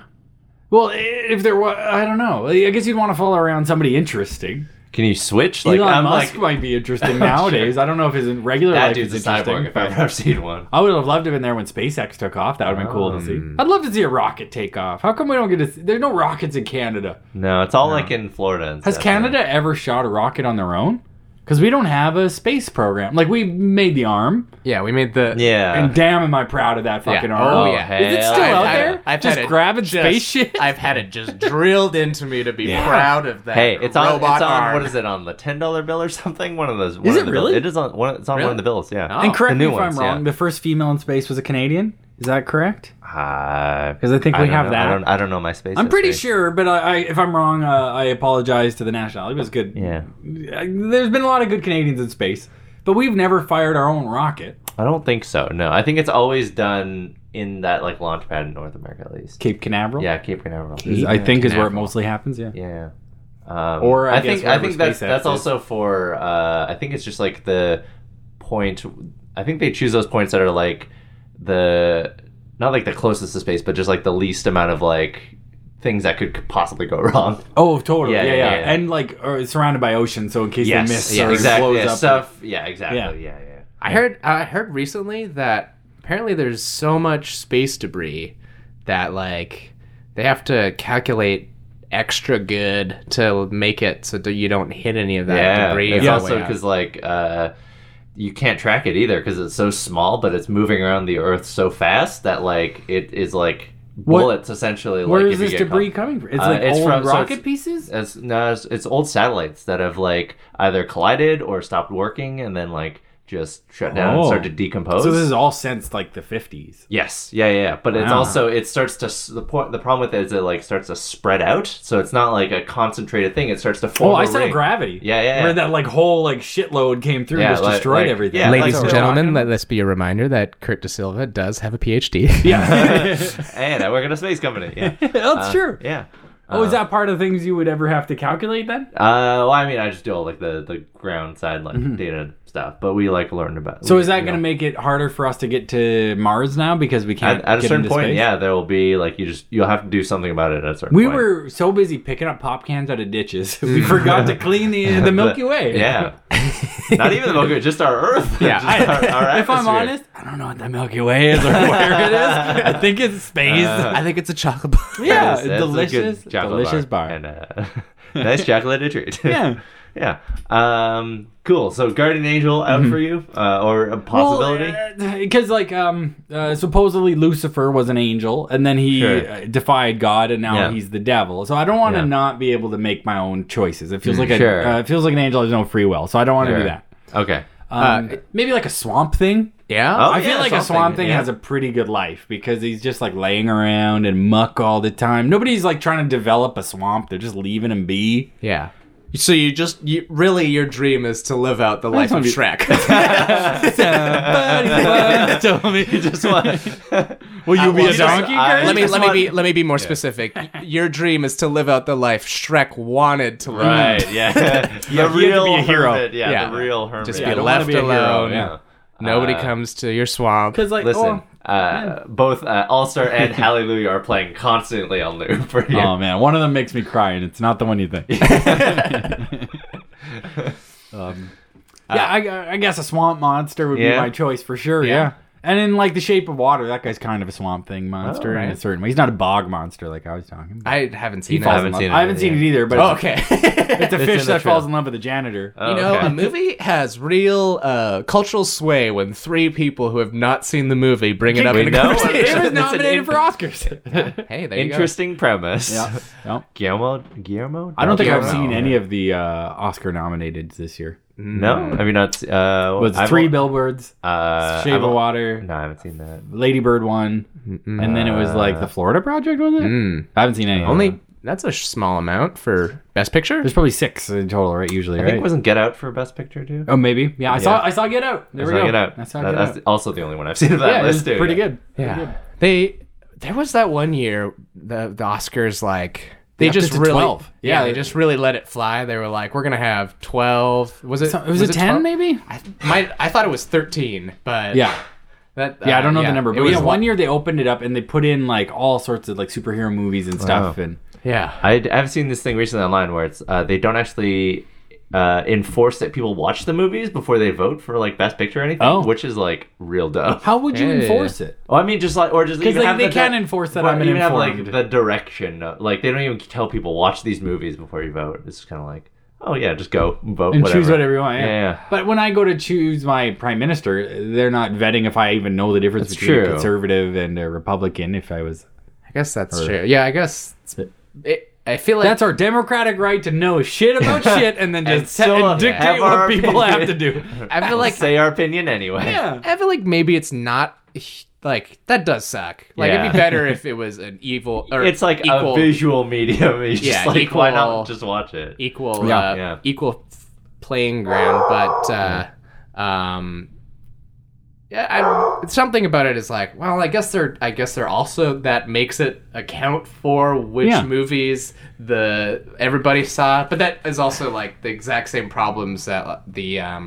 [SPEAKER 1] Well, i- if there was, I don't know. I guess you'd want to follow around somebody interesting.
[SPEAKER 2] Can you switch? Like
[SPEAKER 1] Elon
[SPEAKER 2] I'm
[SPEAKER 1] Musk
[SPEAKER 2] like
[SPEAKER 1] might
[SPEAKER 2] *laughs*
[SPEAKER 1] be interesting nowadays. I don't know if his regular
[SPEAKER 2] that
[SPEAKER 1] life
[SPEAKER 2] dude's a
[SPEAKER 1] is interesting.
[SPEAKER 2] cyborg if
[SPEAKER 1] but-
[SPEAKER 2] I've ever seen one.
[SPEAKER 1] I would have loved to have been there when SpaceX took off. That would have been cool to see.
[SPEAKER 2] Um,
[SPEAKER 1] I'd love to see a rocket take off. How come we don't get to see? There's no rockets in Canada.
[SPEAKER 2] No, it's all like in Florida. And
[SPEAKER 1] Has
[SPEAKER 2] stuff,
[SPEAKER 1] Canada ever shot a rocket on their own? because we don't have a space program. Like we made the arm,
[SPEAKER 3] Yeah, we made the
[SPEAKER 2] Yeah.
[SPEAKER 1] and damn, am I proud of that fucking
[SPEAKER 3] Yeah.
[SPEAKER 1] arm.
[SPEAKER 3] Oh, yeah.
[SPEAKER 1] Is it
[SPEAKER 2] hell
[SPEAKER 1] still
[SPEAKER 2] Uh, yeah.
[SPEAKER 1] out
[SPEAKER 3] I've had
[SPEAKER 1] there?
[SPEAKER 3] it. I've
[SPEAKER 1] just
[SPEAKER 3] had it.
[SPEAKER 1] grabbing space shit.
[SPEAKER 3] *laughs* I've had it just drilled into me to be proud of that.
[SPEAKER 2] Hey, it's on. It's
[SPEAKER 3] robot
[SPEAKER 2] on.
[SPEAKER 3] arm.
[SPEAKER 2] What is it on the ten dollar bill or something? One of those. One
[SPEAKER 1] Is
[SPEAKER 2] of
[SPEAKER 1] it
[SPEAKER 2] the bills.
[SPEAKER 1] really?
[SPEAKER 2] It is on. One, it's on one
[SPEAKER 3] Really?
[SPEAKER 2] of the bills. Yeah.
[SPEAKER 3] Oh.
[SPEAKER 1] and correct
[SPEAKER 2] the
[SPEAKER 1] me
[SPEAKER 2] new
[SPEAKER 1] if I'm
[SPEAKER 2] ones,
[SPEAKER 1] wrong.
[SPEAKER 2] yeah.
[SPEAKER 1] The first female in space was a Canadian. Is that correct?
[SPEAKER 2] Because
[SPEAKER 1] 'Cause I think we have that.
[SPEAKER 2] Uh, I don't, I don't know my space.
[SPEAKER 1] I'm pretty
[SPEAKER 2] history.
[SPEAKER 1] sure, but I, I, if I'm wrong, uh, I apologize to the nationality. It was good.
[SPEAKER 2] Yeah.
[SPEAKER 1] I- There's been a lot of good Canadians in space, but we've never fired our own rocket.
[SPEAKER 2] I don't think so. No, I think it's always done in that like launch pad in North America at least.
[SPEAKER 1] Cape Canaveral.
[SPEAKER 2] Yeah, Cape Canaveral.
[SPEAKER 1] Is- I think is where it
[SPEAKER 3] Canaveral.
[SPEAKER 1] mostly happens. Yeah.
[SPEAKER 2] Yeah. Um,
[SPEAKER 1] Or, I
[SPEAKER 2] I,
[SPEAKER 1] guess,
[SPEAKER 2] think I
[SPEAKER 1] wherever
[SPEAKER 2] think that's
[SPEAKER 1] SpaceX
[SPEAKER 2] that's
[SPEAKER 1] is.
[SPEAKER 2] also for uh, I think it's just like the point. I think they choose those points that are like the not like the closest to space, but just like the least amount of like things that could possibly go *laughs* wrong.
[SPEAKER 1] Oh, totally. Yeah,
[SPEAKER 2] Yeah,
[SPEAKER 1] yeah,
[SPEAKER 2] yeah, yeah.
[SPEAKER 1] And like, or it's surrounded by ocean, so in case they miss
[SPEAKER 2] yeah,
[SPEAKER 1] or
[SPEAKER 2] exactly.
[SPEAKER 1] blows
[SPEAKER 2] yeah,
[SPEAKER 1] up.
[SPEAKER 2] stuff. Yeah, exactly.
[SPEAKER 1] Yeah.
[SPEAKER 2] Yeah, yeah.
[SPEAKER 3] I heard uh, I heard recently that apparently there's so much space debris that like they have to calculate extra good to make it so that you don't hit any of that
[SPEAKER 2] Yeah,
[SPEAKER 3] debris.
[SPEAKER 2] it's
[SPEAKER 3] on the
[SPEAKER 2] also
[SPEAKER 3] way out.
[SPEAKER 2] because like uh, you can't track it either because it's so small, but it's moving around the Earth so fast that like it is like bullets essentially.
[SPEAKER 1] Where
[SPEAKER 2] like,
[SPEAKER 1] is
[SPEAKER 2] if you
[SPEAKER 1] this
[SPEAKER 2] get
[SPEAKER 1] debris
[SPEAKER 2] caught.
[SPEAKER 1] coming from? It's
[SPEAKER 2] Uh,
[SPEAKER 1] like
[SPEAKER 2] it's
[SPEAKER 1] old
[SPEAKER 2] from- so
[SPEAKER 1] rocket
[SPEAKER 2] it's-
[SPEAKER 1] pieces.
[SPEAKER 2] It's no, it's, it's old satellites that have like either collided or stopped working and then like just shut down and
[SPEAKER 1] Oh.
[SPEAKER 2] start to decompose.
[SPEAKER 1] So this is all since like the 50s.
[SPEAKER 2] Yes, yeah, yeah, yeah. but it's
[SPEAKER 1] Wow.
[SPEAKER 2] also it starts to s- the point. The problem with it is it like starts to spread out, so it's not like a concentrated thing. It starts to form.
[SPEAKER 1] Oh,
[SPEAKER 2] a
[SPEAKER 1] I saw
[SPEAKER 2] ring. *laughs*
[SPEAKER 1] gravity.
[SPEAKER 2] Yeah, yeah,
[SPEAKER 1] Where
[SPEAKER 2] yeah.
[SPEAKER 1] that like whole like shitload came through
[SPEAKER 2] Yeah,
[SPEAKER 1] and just
[SPEAKER 2] like-
[SPEAKER 1] destroyed
[SPEAKER 2] like-
[SPEAKER 1] everything.
[SPEAKER 2] yeah, like
[SPEAKER 3] Ladies and
[SPEAKER 2] we're
[SPEAKER 3] gentlemen, let this be a reminder that Kurt De Silva does have a PhD.
[SPEAKER 1] *laughs*
[SPEAKER 2] *laughs*
[SPEAKER 1] yeah, *laughs*
[SPEAKER 2] and I work at a space company. Yeah,
[SPEAKER 1] that's true.
[SPEAKER 2] Uh, yeah.
[SPEAKER 1] Oh, is that part of things you would ever have to calculate then?
[SPEAKER 2] Uh, well, I mean, I just do all like the the ground side like data stuff, but we like learned about.
[SPEAKER 1] Mm-hmm. So is that
[SPEAKER 2] we-
[SPEAKER 1] going to make it harder for us to get to Mars now because we can't
[SPEAKER 2] at, at a
[SPEAKER 1] get
[SPEAKER 2] certain
[SPEAKER 1] into
[SPEAKER 2] point?
[SPEAKER 1] space?
[SPEAKER 2] Yeah, there will be like you just you'll have to do something about it at a certain
[SPEAKER 1] We
[SPEAKER 2] point.
[SPEAKER 1] were so busy picking up pop cans out of ditches, *laughs* we forgot to clean the
[SPEAKER 2] *laughs*
[SPEAKER 1] the Milky Way.
[SPEAKER 2] Mm.
[SPEAKER 1] *laughs*
[SPEAKER 2] Yeah, not even the Milky Way, just our Earth.
[SPEAKER 3] Yeah,
[SPEAKER 2] *laughs* Just
[SPEAKER 1] I-
[SPEAKER 2] our- our
[SPEAKER 1] if I'm
[SPEAKER 2] atmosphere.
[SPEAKER 1] honest, I don't know what the Milky Way is or where it is.
[SPEAKER 2] *laughs*
[SPEAKER 1] I think it's space.
[SPEAKER 2] Uh,
[SPEAKER 3] I think it's a chocolate bar.
[SPEAKER 1] *laughs* yeah,
[SPEAKER 2] That is- that's a good
[SPEAKER 1] delicious,
[SPEAKER 2] chocolate
[SPEAKER 1] delicious bar.
[SPEAKER 2] And, uh, *laughs* nice chocolate treat.
[SPEAKER 1] Yeah.
[SPEAKER 2] yeah. Um, cool. So, Guardian Angel out
[SPEAKER 1] Mm-hmm.
[SPEAKER 2] for you, uh, or a *laughs* possibility?
[SPEAKER 1] because like um uh, supposedly lucifer was an angel and then he
[SPEAKER 2] Sure.
[SPEAKER 1] uh, defied god and now
[SPEAKER 2] Yeah.
[SPEAKER 1] he's the devil so i don't want to
[SPEAKER 2] Yeah. Mm,
[SPEAKER 1] not be able to make my own choices it feels like
[SPEAKER 2] sure.
[SPEAKER 1] a, uh, it feels like an angel has no free will so i don't want to
[SPEAKER 2] Sure. Uh,
[SPEAKER 1] do that
[SPEAKER 2] okay.
[SPEAKER 1] um, maybe like a swamp thing
[SPEAKER 3] *laughs* Yeah.
[SPEAKER 2] Oh,
[SPEAKER 1] I feel
[SPEAKER 2] yeah,
[SPEAKER 1] like a
[SPEAKER 2] Swamp
[SPEAKER 1] swamp
[SPEAKER 2] Thing,
[SPEAKER 1] thing
[SPEAKER 2] yeah.
[SPEAKER 1] has a pretty good life because he's just like laying around and muck all the time. Nobody's like trying to develop a swamp; they're just leaving him *laughs* be.
[SPEAKER 3] Yeah. So you just you really your dream is to live out the life of
[SPEAKER 1] wanna be-
[SPEAKER 3] Shrek.
[SPEAKER 2] *laughs*
[SPEAKER 3] *laughs*
[SPEAKER 1] Uh,
[SPEAKER 2] You *laughs* just want.
[SPEAKER 1] *laughs* Will you be a
[SPEAKER 3] just-
[SPEAKER 1] donkey?
[SPEAKER 2] I-
[SPEAKER 1] Gary?
[SPEAKER 3] let me
[SPEAKER 2] just
[SPEAKER 3] let
[SPEAKER 2] *laughs*
[SPEAKER 3] me
[SPEAKER 2] want-
[SPEAKER 3] be let me be more specific. Your dream is to live out the life Shrek wanted to live.
[SPEAKER 1] *laughs*
[SPEAKER 2] right. *laughs* Yeah. the
[SPEAKER 1] you have to be
[SPEAKER 2] real
[SPEAKER 1] a hero.
[SPEAKER 2] Hermit, yeah,
[SPEAKER 3] Yeah.
[SPEAKER 2] The real hermit.
[SPEAKER 3] Just
[SPEAKER 1] I
[SPEAKER 3] be
[SPEAKER 1] don't wanna
[SPEAKER 3] left
[SPEAKER 1] be a hero,
[SPEAKER 3] alone.
[SPEAKER 1] yeah.
[SPEAKER 3] Nobody
[SPEAKER 2] Uh,
[SPEAKER 3] comes to your swamp.
[SPEAKER 1] Because like,
[SPEAKER 2] Listen.
[SPEAKER 1] oh,
[SPEAKER 2] Uh, both uh, All Star and Hallelujah are playing constantly on loop for you.
[SPEAKER 1] oh man, one of them makes me cry, and it's not the one you *laughs* think. um, yeah, I, I guess a swamp monster would be
[SPEAKER 2] Yeah.
[SPEAKER 1] my choice for sure. Yeah. And in like the shape of water, that guy's kind of a swamp thing monster in a
[SPEAKER 3] right.
[SPEAKER 1] certain way. He's not a bog monster like I was talking. About.
[SPEAKER 3] I haven't seen
[SPEAKER 2] I
[SPEAKER 3] it.
[SPEAKER 2] haven't seen it.
[SPEAKER 1] I haven't seen it either, but
[SPEAKER 3] Oh,
[SPEAKER 1] it's,
[SPEAKER 3] okay.
[SPEAKER 1] *laughs* it's a
[SPEAKER 2] It's
[SPEAKER 1] fish
[SPEAKER 2] in the
[SPEAKER 1] that falls
[SPEAKER 2] trailer.
[SPEAKER 1] in love with the janitor.
[SPEAKER 2] Oh,
[SPEAKER 3] you know,
[SPEAKER 2] okay.
[SPEAKER 3] a movie has real uh, cultural sway when three people who have not seen the movie bring it up in a
[SPEAKER 2] know
[SPEAKER 1] *laughs*
[SPEAKER 3] conversation.
[SPEAKER 1] It was
[SPEAKER 2] *laughs* It's an
[SPEAKER 1] nominated
[SPEAKER 2] in-
[SPEAKER 1] for
[SPEAKER 2] *laughs*
[SPEAKER 1] Oscars.
[SPEAKER 3] hey, there
[SPEAKER 2] interesting premise.
[SPEAKER 1] yeah. No.
[SPEAKER 2] Guillermo. Guillermo.
[SPEAKER 1] I don't think I've
[SPEAKER 3] Guillermo.
[SPEAKER 1] seen any of the uh, Oscar nominated this year.
[SPEAKER 2] No, have you not? se- Uh,
[SPEAKER 1] It was
[SPEAKER 2] I've
[SPEAKER 1] Three
[SPEAKER 2] al-
[SPEAKER 1] Billboards,
[SPEAKER 2] Uh,
[SPEAKER 1] Shape
[SPEAKER 2] I've
[SPEAKER 1] of
[SPEAKER 2] al-
[SPEAKER 1] Water,
[SPEAKER 2] No, I haven't seen that.
[SPEAKER 1] Ladybird one, and then it was like
[SPEAKER 2] Uh,
[SPEAKER 1] the Florida Project, was it?
[SPEAKER 2] mm.
[SPEAKER 1] I haven't seen any.
[SPEAKER 3] go. Only that's a sh- small amount for Best Picture.
[SPEAKER 1] there's probably six in total, right? Usually,
[SPEAKER 2] I
[SPEAKER 1] right?
[SPEAKER 2] think wasn't Get Out for Best Picture too.
[SPEAKER 1] oh, maybe. Yeah, I saw. I saw Get Out. There
[SPEAKER 2] I
[SPEAKER 1] we
[SPEAKER 2] saw
[SPEAKER 1] go.
[SPEAKER 2] Get Out.
[SPEAKER 1] I saw
[SPEAKER 2] That-
[SPEAKER 1] Get
[SPEAKER 2] that's
[SPEAKER 1] Out.
[SPEAKER 2] also the only one I've seen of that
[SPEAKER 1] Yeah, it was
[SPEAKER 2] list too.
[SPEAKER 1] pretty good.
[SPEAKER 3] Yeah. They there was that one year the the Oscars like they
[SPEAKER 1] upped
[SPEAKER 3] just
[SPEAKER 1] it to
[SPEAKER 3] really
[SPEAKER 1] 12.
[SPEAKER 3] Yeah,
[SPEAKER 1] Yeah.
[SPEAKER 3] they just really let it fly. They were like, we're gonna have twelve. Was it?
[SPEAKER 1] So, was, it ten
[SPEAKER 3] 12?
[SPEAKER 1] maybe?
[SPEAKER 3] I th- might I thought it was thirteen, but
[SPEAKER 1] Yeah.
[SPEAKER 3] that,
[SPEAKER 1] Yeah, I
[SPEAKER 3] uh,
[SPEAKER 1] don't know the number,
[SPEAKER 3] It
[SPEAKER 1] but
[SPEAKER 3] was
[SPEAKER 1] yeah,
[SPEAKER 3] lo-
[SPEAKER 1] one year they opened it up and they put in like all sorts of like superhero movies and stuff, and
[SPEAKER 3] Yeah,
[SPEAKER 2] I, have seen this thing recently online where it's uh, they don't actually uh, enforce that people watch the movies before they vote for like Best Picture or anything,
[SPEAKER 1] Oh.
[SPEAKER 2] which is like real dumb. *laughs*
[SPEAKER 1] how would you
[SPEAKER 3] Yeah.
[SPEAKER 1] enforce it?
[SPEAKER 2] Oh, I mean, just like or just because
[SPEAKER 1] like, they can't enforce that I'm an
[SPEAKER 2] even have like
[SPEAKER 1] informed.
[SPEAKER 2] the direction. Of, like they don't even tell people watch these movies before you vote. It's kind of like. oh yeah, just go vote
[SPEAKER 1] and
[SPEAKER 2] whatever.
[SPEAKER 1] choose whatever you want. Yeah.
[SPEAKER 2] Yeah.
[SPEAKER 1] But when I go to choose my prime minister, they're not vetting if I even know the difference
[SPEAKER 2] That's
[SPEAKER 1] between a
[SPEAKER 2] true.
[SPEAKER 1] conservative and a Republican. If I was,
[SPEAKER 3] I guess that's true. Yeah, I guess. it's- It, I feel like
[SPEAKER 1] that's our democratic right to know shit
[SPEAKER 2] *laughs*
[SPEAKER 1] about shit and then
[SPEAKER 2] And
[SPEAKER 1] just te-
[SPEAKER 2] still
[SPEAKER 1] and
[SPEAKER 2] have
[SPEAKER 1] *laughs* dictate
[SPEAKER 2] our
[SPEAKER 1] what people
[SPEAKER 2] opinion.
[SPEAKER 1] have to do.
[SPEAKER 3] I feel like
[SPEAKER 2] say our opinion anyway.
[SPEAKER 1] *laughs* Yeah.
[SPEAKER 3] I feel like maybe it's not like that does suck. Like it'd
[SPEAKER 2] Yeah.
[SPEAKER 3] be better if it was an evil or
[SPEAKER 2] *laughs* It's like
[SPEAKER 3] equal,
[SPEAKER 2] a visual medium. *laughs* It's
[SPEAKER 3] Yeah,
[SPEAKER 2] just like why
[SPEAKER 3] equal-
[SPEAKER 2] not just watch it?
[SPEAKER 3] equal
[SPEAKER 1] Yeah.
[SPEAKER 3] uh,
[SPEAKER 2] Yeah.
[SPEAKER 3] equal playing ground, but uh, um, yeah, I, it's something about it is like well, I guess they're I guess they're also that makes it account for which
[SPEAKER 1] Yeah.
[SPEAKER 3] movies the everybody saw, but that is also like the exact same problems that the um.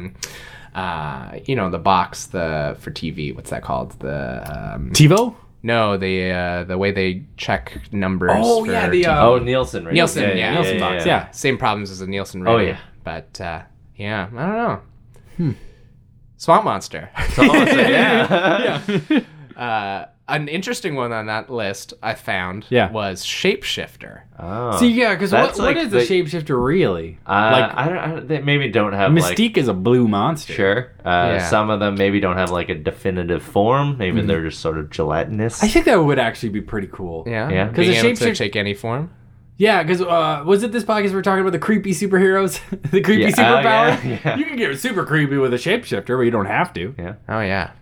[SPEAKER 3] Uh, you know the box the for TV. What's that called? The um,
[SPEAKER 1] TiVo.
[SPEAKER 3] No, the uh, the way they check numbers.
[SPEAKER 1] Oh,
[SPEAKER 3] for
[SPEAKER 1] yeah, the,
[SPEAKER 3] TV.
[SPEAKER 1] uh,
[SPEAKER 2] Oh, Nielsen, right?
[SPEAKER 3] Nielsen, yeah, Nielsen
[SPEAKER 1] box, yeah.
[SPEAKER 3] same problems as the Nielsen
[SPEAKER 2] Oh,
[SPEAKER 3] rating.
[SPEAKER 2] yeah.
[SPEAKER 3] but uh, yeah, I don't know.
[SPEAKER 2] *laughs*
[SPEAKER 3] Swamp Monster,
[SPEAKER 2] Oh,
[SPEAKER 1] *laughs*
[SPEAKER 2] yeah.
[SPEAKER 3] *laughs* uh, an interesting one on that list I found.
[SPEAKER 1] Yeah.
[SPEAKER 3] was Shapeshifter.
[SPEAKER 2] *laughs* Oh.
[SPEAKER 1] See, yeah, because what,
[SPEAKER 2] That's
[SPEAKER 1] what
[SPEAKER 2] like
[SPEAKER 1] is a
[SPEAKER 2] the-
[SPEAKER 1] shapeshifter really?
[SPEAKER 2] Uh, I don't. I don't they maybe don't have
[SPEAKER 1] Mystique
[SPEAKER 2] like
[SPEAKER 1] is a blue monster.
[SPEAKER 2] sure. Uh,
[SPEAKER 3] Yeah. Mm-hmm.
[SPEAKER 2] Some of them maybe don't have like a definitive form. Maybe they're just sort of gelatinous.
[SPEAKER 1] I think that would actually be pretty cool.
[SPEAKER 3] Yeah,
[SPEAKER 2] Yeah.
[SPEAKER 3] because
[SPEAKER 1] 'Cause a
[SPEAKER 3] able to
[SPEAKER 1] shapeshif-
[SPEAKER 3] take any form.
[SPEAKER 1] Yeah, because uh, was it this podcast we're talking about the creepy superheroes, *laughs* the creepy
[SPEAKER 2] Yeah, oh, yeah,
[SPEAKER 1] superpower?
[SPEAKER 2] *laughs* yeah.
[SPEAKER 1] You can get super creepy with a shapeshifter, but you don't have to.
[SPEAKER 2] yeah.
[SPEAKER 3] Oh yeah,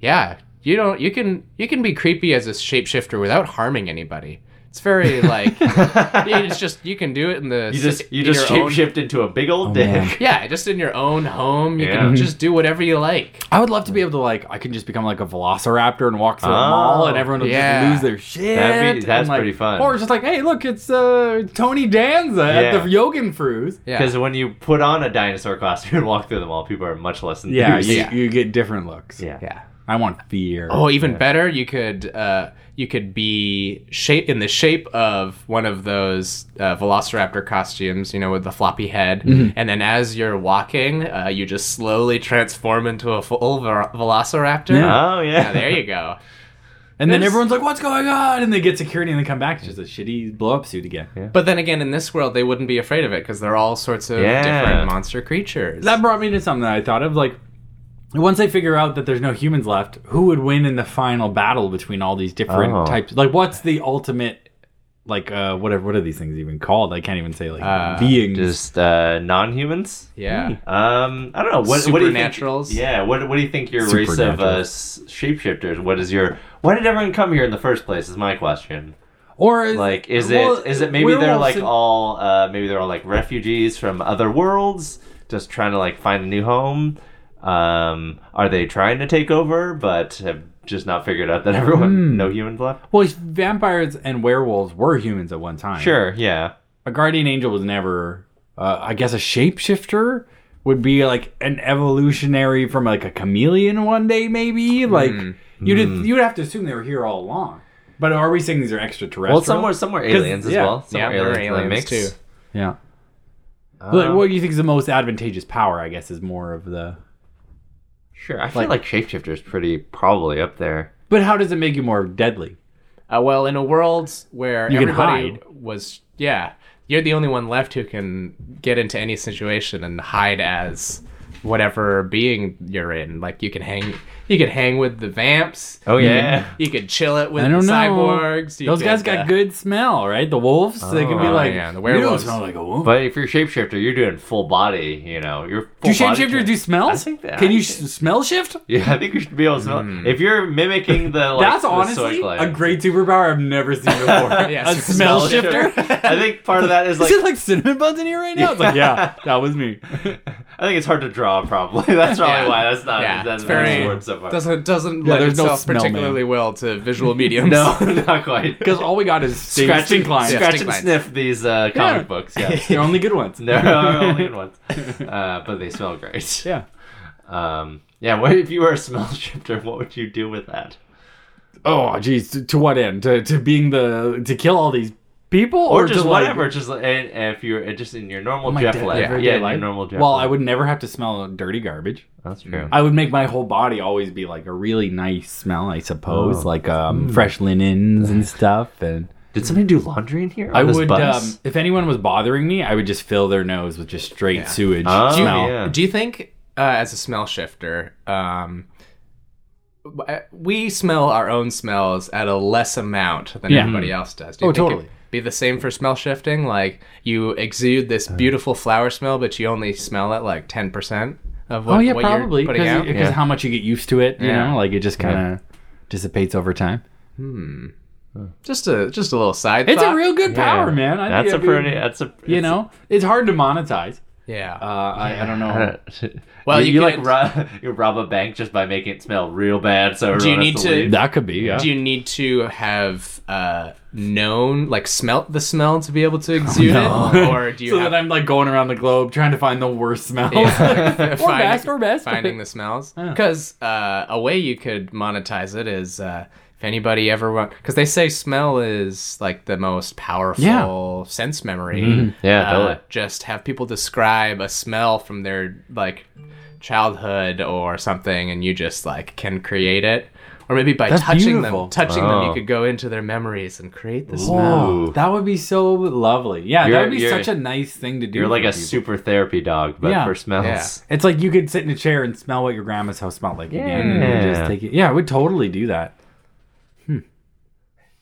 [SPEAKER 3] yeah. You don't. You can. You can be creepy as a shapeshifter without harming anybody.
[SPEAKER 2] *laughs*
[SPEAKER 3] It's very like. it's just you can do it in the
[SPEAKER 2] You just you
[SPEAKER 3] in
[SPEAKER 2] just
[SPEAKER 3] your own- Oh,
[SPEAKER 2] shapeshift into a big old dick. *laughs*
[SPEAKER 1] man.
[SPEAKER 3] Yeah, just in your own home, you
[SPEAKER 2] Yeah.
[SPEAKER 3] can just do whatever you like.
[SPEAKER 1] I would love to be able to like I can just become like a velociraptor and walk through the
[SPEAKER 2] Oh,
[SPEAKER 1] mall and everyone will
[SPEAKER 3] yeah.
[SPEAKER 1] just lose their shit.
[SPEAKER 2] That'd be- that's
[SPEAKER 1] and, like-
[SPEAKER 2] pretty fun.
[SPEAKER 1] Or just like, hey, look, it's uh, Tony Danza at
[SPEAKER 2] Yeah.
[SPEAKER 1] the Yogan Fruz.
[SPEAKER 3] Yeah,
[SPEAKER 2] Because when you put on a dinosaur costume and walk through the mall, people are much less
[SPEAKER 1] Yeah,
[SPEAKER 2] enthused.
[SPEAKER 1] you,
[SPEAKER 3] Yeah.
[SPEAKER 1] you get different looks.
[SPEAKER 2] yeah.
[SPEAKER 3] yeah.
[SPEAKER 1] I want fear.
[SPEAKER 3] Oh, even better, you could uh, you could be shape in the shape of one of those uh, Velociraptor costumes, you know, with the floppy head,
[SPEAKER 2] Mm-hmm.
[SPEAKER 3] and then as you're walking, uh, you just slowly transform into a full ver- Velociraptor.
[SPEAKER 1] Yeah.
[SPEAKER 2] Oh
[SPEAKER 3] Yeah,
[SPEAKER 2] yeah.
[SPEAKER 3] there you go.
[SPEAKER 1] and then
[SPEAKER 3] there's-
[SPEAKER 1] everyone's like, "What's going on?" And they get security and they come back. It's just a shitty blow up suit again.
[SPEAKER 3] But then again, in this world, they wouldn't be afraid of it because they're all sorts of
[SPEAKER 2] Yeah.
[SPEAKER 3] different monster creatures.
[SPEAKER 1] That brought me to something that I thought of. Like, once they figure out that there's no humans left, who would win in the final battle between all these different
[SPEAKER 2] Oh.
[SPEAKER 1] types? Like, what's the ultimate? Like, uh, whatever. What are these things even called? I can't even say like beings.
[SPEAKER 2] *laughs* Just uh, non-humans.
[SPEAKER 3] yeah.
[SPEAKER 2] Um, I don't know. What, what do you think-
[SPEAKER 3] Supernaturals?
[SPEAKER 2] yeah. What What do you think your race of uh, s- shapeshifters? What is your? Why did everyone come here in the first place? Is my question.
[SPEAKER 1] or is,
[SPEAKER 2] Like, is
[SPEAKER 1] well,
[SPEAKER 2] it? Is it maybe they're
[SPEAKER 1] werewolves
[SPEAKER 2] like
[SPEAKER 1] and-
[SPEAKER 2] all? Uh, maybe they're all like refugees from other worlds, just trying to like find a new home. Um, are they trying to take over, but have just not figured out that *laughs* everyone no humans left?
[SPEAKER 1] well, vampires and werewolves were humans at one time.
[SPEAKER 2] Sure. Yeah.
[SPEAKER 1] a guardian angel was never. Uh, I guess a shapeshifter would be like an evolutionary from like a chameleon one day, maybe. Like
[SPEAKER 2] Hmm.
[SPEAKER 1] you'd you'd have to assume they were here all along. But are we saying these are extraterrestrial?
[SPEAKER 2] Well, some were some were aliens as
[SPEAKER 1] yeah.
[SPEAKER 2] well. Some
[SPEAKER 3] Yeah,
[SPEAKER 2] were
[SPEAKER 3] there were
[SPEAKER 2] aliens, in the
[SPEAKER 3] aliens,
[SPEAKER 2] mix.
[SPEAKER 3] too.
[SPEAKER 1] Yeah.
[SPEAKER 2] Uh,
[SPEAKER 1] Like, what do you think is the most advantageous power? I guess is more of the.
[SPEAKER 2] Sure. I feel like, shapeshifter is pretty probably up there.
[SPEAKER 1] But how does it make you more deadly?
[SPEAKER 3] Uh, well, in a world where
[SPEAKER 1] You can
[SPEAKER 3] everybody
[SPEAKER 1] hide.
[SPEAKER 3] was, yeah, you're the only one left who can get into any situation and hide as whatever being you're in. Like you can hang, you could hang with the vamps.
[SPEAKER 2] Oh yeah.
[SPEAKER 3] You could chill it with
[SPEAKER 1] I
[SPEAKER 3] the
[SPEAKER 1] don't know.
[SPEAKER 3] cyborgs. You
[SPEAKER 1] Those guys
[SPEAKER 3] could,
[SPEAKER 1] got
[SPEAKER 3] uh,
[SPEAKER 1] good smell, right? The wolves, they can be
[SPEAKER 2] Oh,
[SPEAKER 1] like,
[SPEAKER 3] yeah, the
[SPEAKER 1] You don't
[SPEAKER 3] werewolves."
[SPEAKER 1] smell like a wolf.
[SPEAKER 2] *laughs* But if you're a shapeshifter, you're doing full body. You know, you're
[SPEAKER 1] do
[SPEAKER 2] full body
[SPEAKER 1] shapeshifters do smells?
[SPEAKER 2] think that-
[SPEAKER 1] can you sh- smell shift?
[SPEAKER 2] *laughs* Yeah, I think you should be able to smell. If you're mimicking the like,
[SPEAKER 1] That's
[SPEAKER 2] the
[SPEAKER 1] honestly
[SPEAKER 2] soy
[SPEAKER 1] a
[SPEAKER 2] gland.
[SPEAKER 1] great superpower I've never
[SPEAKER 2] *laughs*
[SPEAKER 1] seen before.
[SPEAKER 3] Yeah,
[SPEAKER 1] a smell,
[SPEAKER 3] smell
[SPEAKER 1] shifter.
[SPEAKER 2] I think part of that is like
[SPEAKER 1] *laughs* Is it like cinnamon buns in here right now? It's like,
[SPEAKER 2] *laughs*
[SPEAKER 1] yeah, that was me.
[SPEAKER 2] I think it's hard to draw. Probably *laughs* that's probably
[SPEAKER 3] Yeah.
[SPEAKER 2] why that's not
[SPEAKER 3] Yeah,
[SPEAKER 2] that's
[SPEAKER 3] it's
[SPEAKER 2] not
[SPEAKER 3] very-
[SPEAKER 2] his word so far.
[SPEAKER 3] Doesn't doesn't
[SPEAKER 1] Yeah,
[SPEAKER 3] lend
[SPEAKER 1] there's no
[SPEAKER 3] itself
[SPEAKER 1] smell, man.
[SPEAKER 3] particularly well to
[SPEAKER 1] *laughs*
[SPEAKER 3] visual mediums.
[SPEAKER 2] No, *laughs*
[SPEAKER 3] *laughs*
[SPEAKER 2] not quite. *laughs*
[SPEAKER 1] Because all we got is
[SPEAKER 2] scratch and,
[SPEAKER 1] stink lines.
[SPEAKER 2] scratch
[SPEAKER 3] Stink
[SPEAKER 2] and
[SPEAKER 3] lines.
[SPEAKER 2] sniff these uh, comic
[SPEAKER 1] Yeah.
[SPEAKER 2] books.
[SPEAKER 1] *laughs*
[SPEAKER 2] Yeah,
[SPEAKER 1] They're only good ones.
[SPEAKER 2] there are only good
[SPEAKER 1] *laughs*
[SPEAKER 2] ones, uh, but they smell great.
[SPEAKER 1] Yeah.
[SPEAKER 2] Um, yeah. What if you were a smell *laughs* shifter? What would you do with that?
[SPEAKER 1] Oh, geez. To, to what end? To, to being the to kill all these people,
[SPEAKER 2] Or, just
[SPEAKER 1] to,
[SPEAKER 2] whatever, just like, and, and if you're uh, just in your normal
[SPEAKER 1] Like,
[SPEAKER 2] Jeff
[SPEAKER 1] dead-
[SPEAKER 2] life,
[SPEAKER 1] everyday
[SPEAKER 2] yeah, in your
[SPEAKER 1] life?
[SPEAKER 2] normal Jeff.
[SPEAKER 1] Well,
[SPEAKER 2] life.
[SPEAKER 1] I would never have to smell dirty garbage.
[SPEAKER 2] That's true.
[SPEAKER 1] I would make my whole body always
[SPEAKER 2] Oh. Hmm.
[SPEAKER 1] be like a really nice smell, I suppose, like um, fresh linens and stuff, and
[SPEAKER 2] Did somebody do laundry in here? on
[SPEAKER 1] I
[SPEAKER 2] this
[SPEAKER 1] would,
[SPEAKER 2] bus?
[SPEAKER 1] um, if anyone was bothering me, I would just fill their nose with just straight sewage
[SPEAKER 2] Oh,
[SPEAKER 1] smell.
[SPEAKER 2] yeah.
[SPEAKER 3] Do you think, uh, as a smell shifter, um, w- uh, we smell our own smells at a less amount than
[SPEAKER 1] Yeah.
[SPEAKER 3] everybody else does? Do you
[SPEAKER 1] Oh,
[SPEAKER 3] think
[SPEAKER 1] totally.
[SPEAKER 3] it'd Be the same for smell shifting. Like you exude
[SPEAKER 2] Uh.
[SPEAKER 3] this beautiful flower smell, but you only smell it like ten percent of what,
[SPEAKER 1] oh yeah,
[SPEAKER 3] what
[SPEAKER 1] probably
[SPEAKER 3] you're putting
[SPEAKER 1] because
[SPEAKER 3] out.
[SPEAKER 2] Yeah.
[SPEAKER 1] how much you get used to it, you
[SPEAKER 3] Yeah.
[SPEAKER 1] know, like it just kind of dissipates over time.
[SPEAKER 3] Just a just a little side.
[SPEAKER 1] It's
[SPEAKER 3] thought.
[SPEAKER 1] a real good
[SPEAKER 2] Yeah.
[SPEAKER 1] power, man. I
[SPEAKER 2] that's a
[SPEAKER 1] think it'd
[SPEAKER 2] pretty.
[SPEAKER 1] be-
[SPEAKER 2] That's a.
[SPEAKER 1] you know, it's hard to monetize.
[SPEAKER 3] yeah.
[SPEAKER 1] Uh, I, I don't
[SPEAKER 2] I *laughs*
[SPEAKER 1] know.
[SPEAKER 2] don't-
[SPEAKER 3] Well,
[SPEAKER 2] you,
[SPEAKER 3] you
[SPEAKER 2] you like
[SPEAKER 3] could-
[SPEAKER 2] rob, *laughs* you rob a bank just by making it smell real bad. So
[SPEAKER 3] Do you
[SPEAKER 2] everyone has
[SPEAKER 3] need to-
[SPEAKER 2] leave.
[SPEAKER 1] That could be. Yeah.
[SPEAKER 3] Do you need to have uh, known, like, smelt the smell to be able to exude it, or do you
[SPEAKER 1] Oh, *laughs* so
[SPEAKER 3] have
[SPEAKER 1] that I'm like going around the globe trying to find the worst smells.
[SPEAKER 3] Yeah.
[SPEAKER 1] *laughs* Or best, or best.
[SPEAKER 3] *laughs* Finding the smells. Because uh, a way you could monetize it is uh, if anybody ever wants. Because they say smell is like the most powerful
[SPEAKER 1] Yeah. Mm-hmm.
[SPEAKER 3] sense memory.
[SPEAKER 2] Yeah,
[SPEAKER 3] Uh,
[SPEAKER 2] totally.
[SPEAKER 3] Just have people describe a smell from their like childhood or something, and you just like can create it. Or maybe by
[SPEAKER 1] That's
[SPEAKER 3] touching
[SPEAKER 1] beautiful.
[SPEAKER 3] them, touching them,
[SPEAKER 2] Oh.
[SPEAKER 3] you could go into their memories and create the smell.
[SPEAKER 1] Oh,
[SPEAKER 2] Ooh.
[SPEAKER 1] that would be so lovely. Yeah, that
[SPEAKER 2] You're-
[SPEAKER 1] would be
[SPEAKER 2] you're-
[SPEAKER 1] such a nice thing to do.
[SPEAKER 2] You're like
[SPEAKER 1] for
[SPEAKER 2] a
[SPEAKER 1] people.
[SPEAKER 2] super therapy dog, but
[SPEAKER 1] Yeah.
[SPEAKER 2] for smells.
[SPEAKER 3] Yeah.
[SPEAKER 1] It's like you could sit in a chair and smell what your grandma's house smelled like again. and
[SPEAKER 2] Yeah.
[SPEAKER 1] just take it. Yeah, I would totally do that. Hmm.
[SPEAKER 2] *laughs*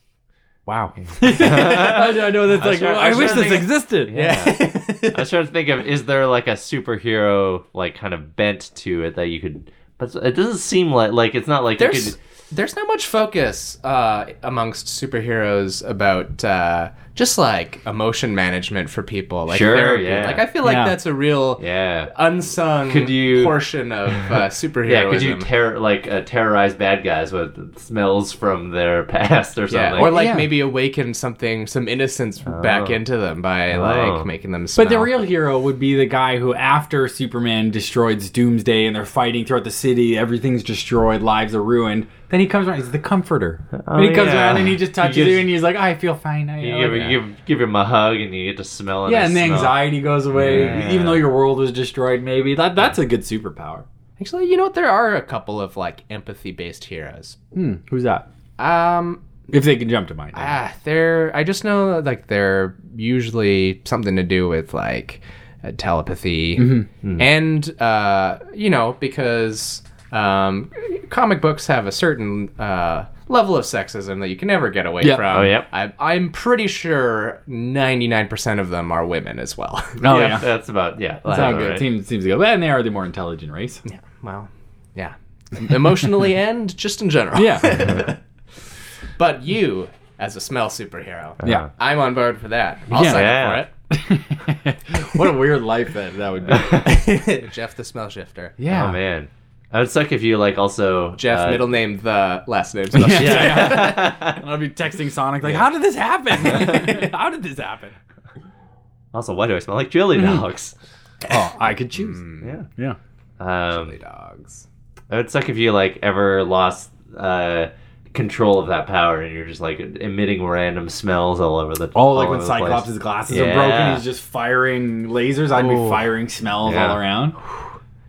[SPEAKER 1] Wow. *laughs* I, I know that's like,
[SPEAKER 2] sure-
[SPEAKER 1] I
[SPEAKER 2] I'm
[SPEAKER 1] wish
[SPEAKER 2] sure
[SPEAKER 1] this
[SPEAKER 2] they-
[SPEAKER 1] existed.
[SPEAKER 2] *laughs* I was trying to think of is there like a superhero like kind of bent to it that you could, but it doesn't seem like like it's not like you
[SPEAKER 3] there's
[SPEAKER 2] could.
[SPEAKER 3] there's not much focus uh, amongst superheroes about uh, just like emotion management for people. Like
[SPEAKER 2] Sure,
[SPEAKER 3] therapy.
[SPEAKER 2] yeah.
[SPEAKER 3] Like I feel like
[SPEAKER 1] Yeah.
[SPEAKER 3] that's a real
[SPEAKER 2] Yeah.
[SPEAKER 3] Uh, unsung
[SPEAKER 2] Could you-
[SPEAKER 3] portion of uh,
[SPEAKER 2] *laughs*
[SPEAKER 3] superheroism.
[SPEAKER 2] Yeah, could you terror like uh, terrorize bad guys with smells from their *laughs* past or
[SPEAKER 3] Yeah,
[SPEAKER 2] something?
[SPEAKER 3] or like
[SPEAKER 1] Yeah.
[SPEAKER 3] maybe awaken something, some innocence back into them by
[SPEAKER 2] Oh.
[SPEAKER 3] like making them smell.
[SPEAKER 1] But the real hero would be the guy who, after Superman destroys Doomsday and they're fighting throughout the city, everything's destroyed, lives are ruined. Then he comes around, he's the comforter. and he comes
[SPEAKER 2] Oh, yeah.
[SPEAKER 1] around and he just
[SPEAKER 2] He
[SPEAKER 1] touches
[SPEAKER 2] gives-
[SPEAKER 1] you and he's like, I feel fine. I,
[SPEAKER 2] you
[SPEAKER 1] I
[SPEAKER 2] give,
[SPEAKER 1] like that."
[SPEAKER 2] you give give him a hug and you get to smell it.
[SPEAKER 1] yeah, and the anxiety goes away,
[SPEAKER 2] Yeah.
[SPEAKER 1] even though your world was destroyed, maybe. That, that's a good superpower.
[SPEAKER 3] actually, you know what? There are a couple of like empathy based heroes.
[SPEAKER 1] Hmm, who's that?
[SPEAKER 3] Um,
[SPEAKER 1] If they can jump to mind.
[SPEAKER 3] Ah, they're. I just know like they're usually something to do with like uh, telepathy, and uh, you know because um, comic books have a certain uh, level of sexism that you can never get away
[SPEAKER 1] Yep.
[SPEAKER 3] from.
[SPEAKER 2] Oh, yep.
[SPEAKER 3] I, I'm pretty sure 99% of them are women as well. *laughs*
[SPEAKER 1] oh,
[SPEAKER 2] Oh
[SPEAKER 1] yeah.
[SPEAKER 2] yeah, that's about yeah. That's
[SPEAKER 1] Sound
[SPEAKER 2] about
[SPEAKER 1] good.
[SPEAKER 2] right.
[SPEAKER 1] Seems, seems good. And they are the more intelligent race.
[SPEAKER 3] yeah. Well, yeah. Emotionally and just in general.
[SPEAKER 1] Yeah.
[SPEAKER 3] *laughs* But you as a smell superhero.
[SPEAKER 1] yeah.
[SPEAKER 3] I'm on board for that. I'll
[SPEAKER 1] Yeah.
[SPEAKER 3] sign
[SPEAKER 2] Yeah.
[SPEAKER 3] up for it.
[SPEAKER 1] *laughs* what a weird life that, that would be.
[SPEAKER 2] *laughs*
[SPEAKER 3] Jeff the Smell Shifter.
[SPEAKER 1] *laughs* Yeah.
[SPEAKER 2] Oh man, I would suck if you like also
[SPEAKER 3] Jeff,
[SPEAKER 2] uh, *laughs*
[SPEAKER 3] middle name the last name. Smell
[SPEAKER 1] Yeah.
[SPEAKER 3] Shifter. *laughs*
[SPEAKER 1] and I'll be texting Sonic, like, how did this *laughs* happen? how did this happen?
[SPEAKER 2] Also, why do I smell like jelly
[SPEAKER 1] Mm-hmm.
[SPEAKER 2] dogs?
[SPEAKER 1] Oh, I could choose.
[SPEAKER 2] yeah.
[SPEAKER 1] Yeah.
[SPEAKER 2] Um,
[SPEAKER 3] Dogs.
[SPEAKER 2] it would suck if you like ever lost uh, control of that power and you're just like emitting random smells all over the.
[SPEAKER 1] Oh, like when
[SPEAKER 2] over the place.
[SPEAKER 1] Cyclops' glasses are
[SPEAKER 2] Yeah.
[SPEAKER 1] broken, he's just firing lasers. I'd be
[SPEAKER 3] Ooh.
[SPEAKER 1] firing smells
[SPEAKER 2] Yeah.
[SPEAKER 1] all around.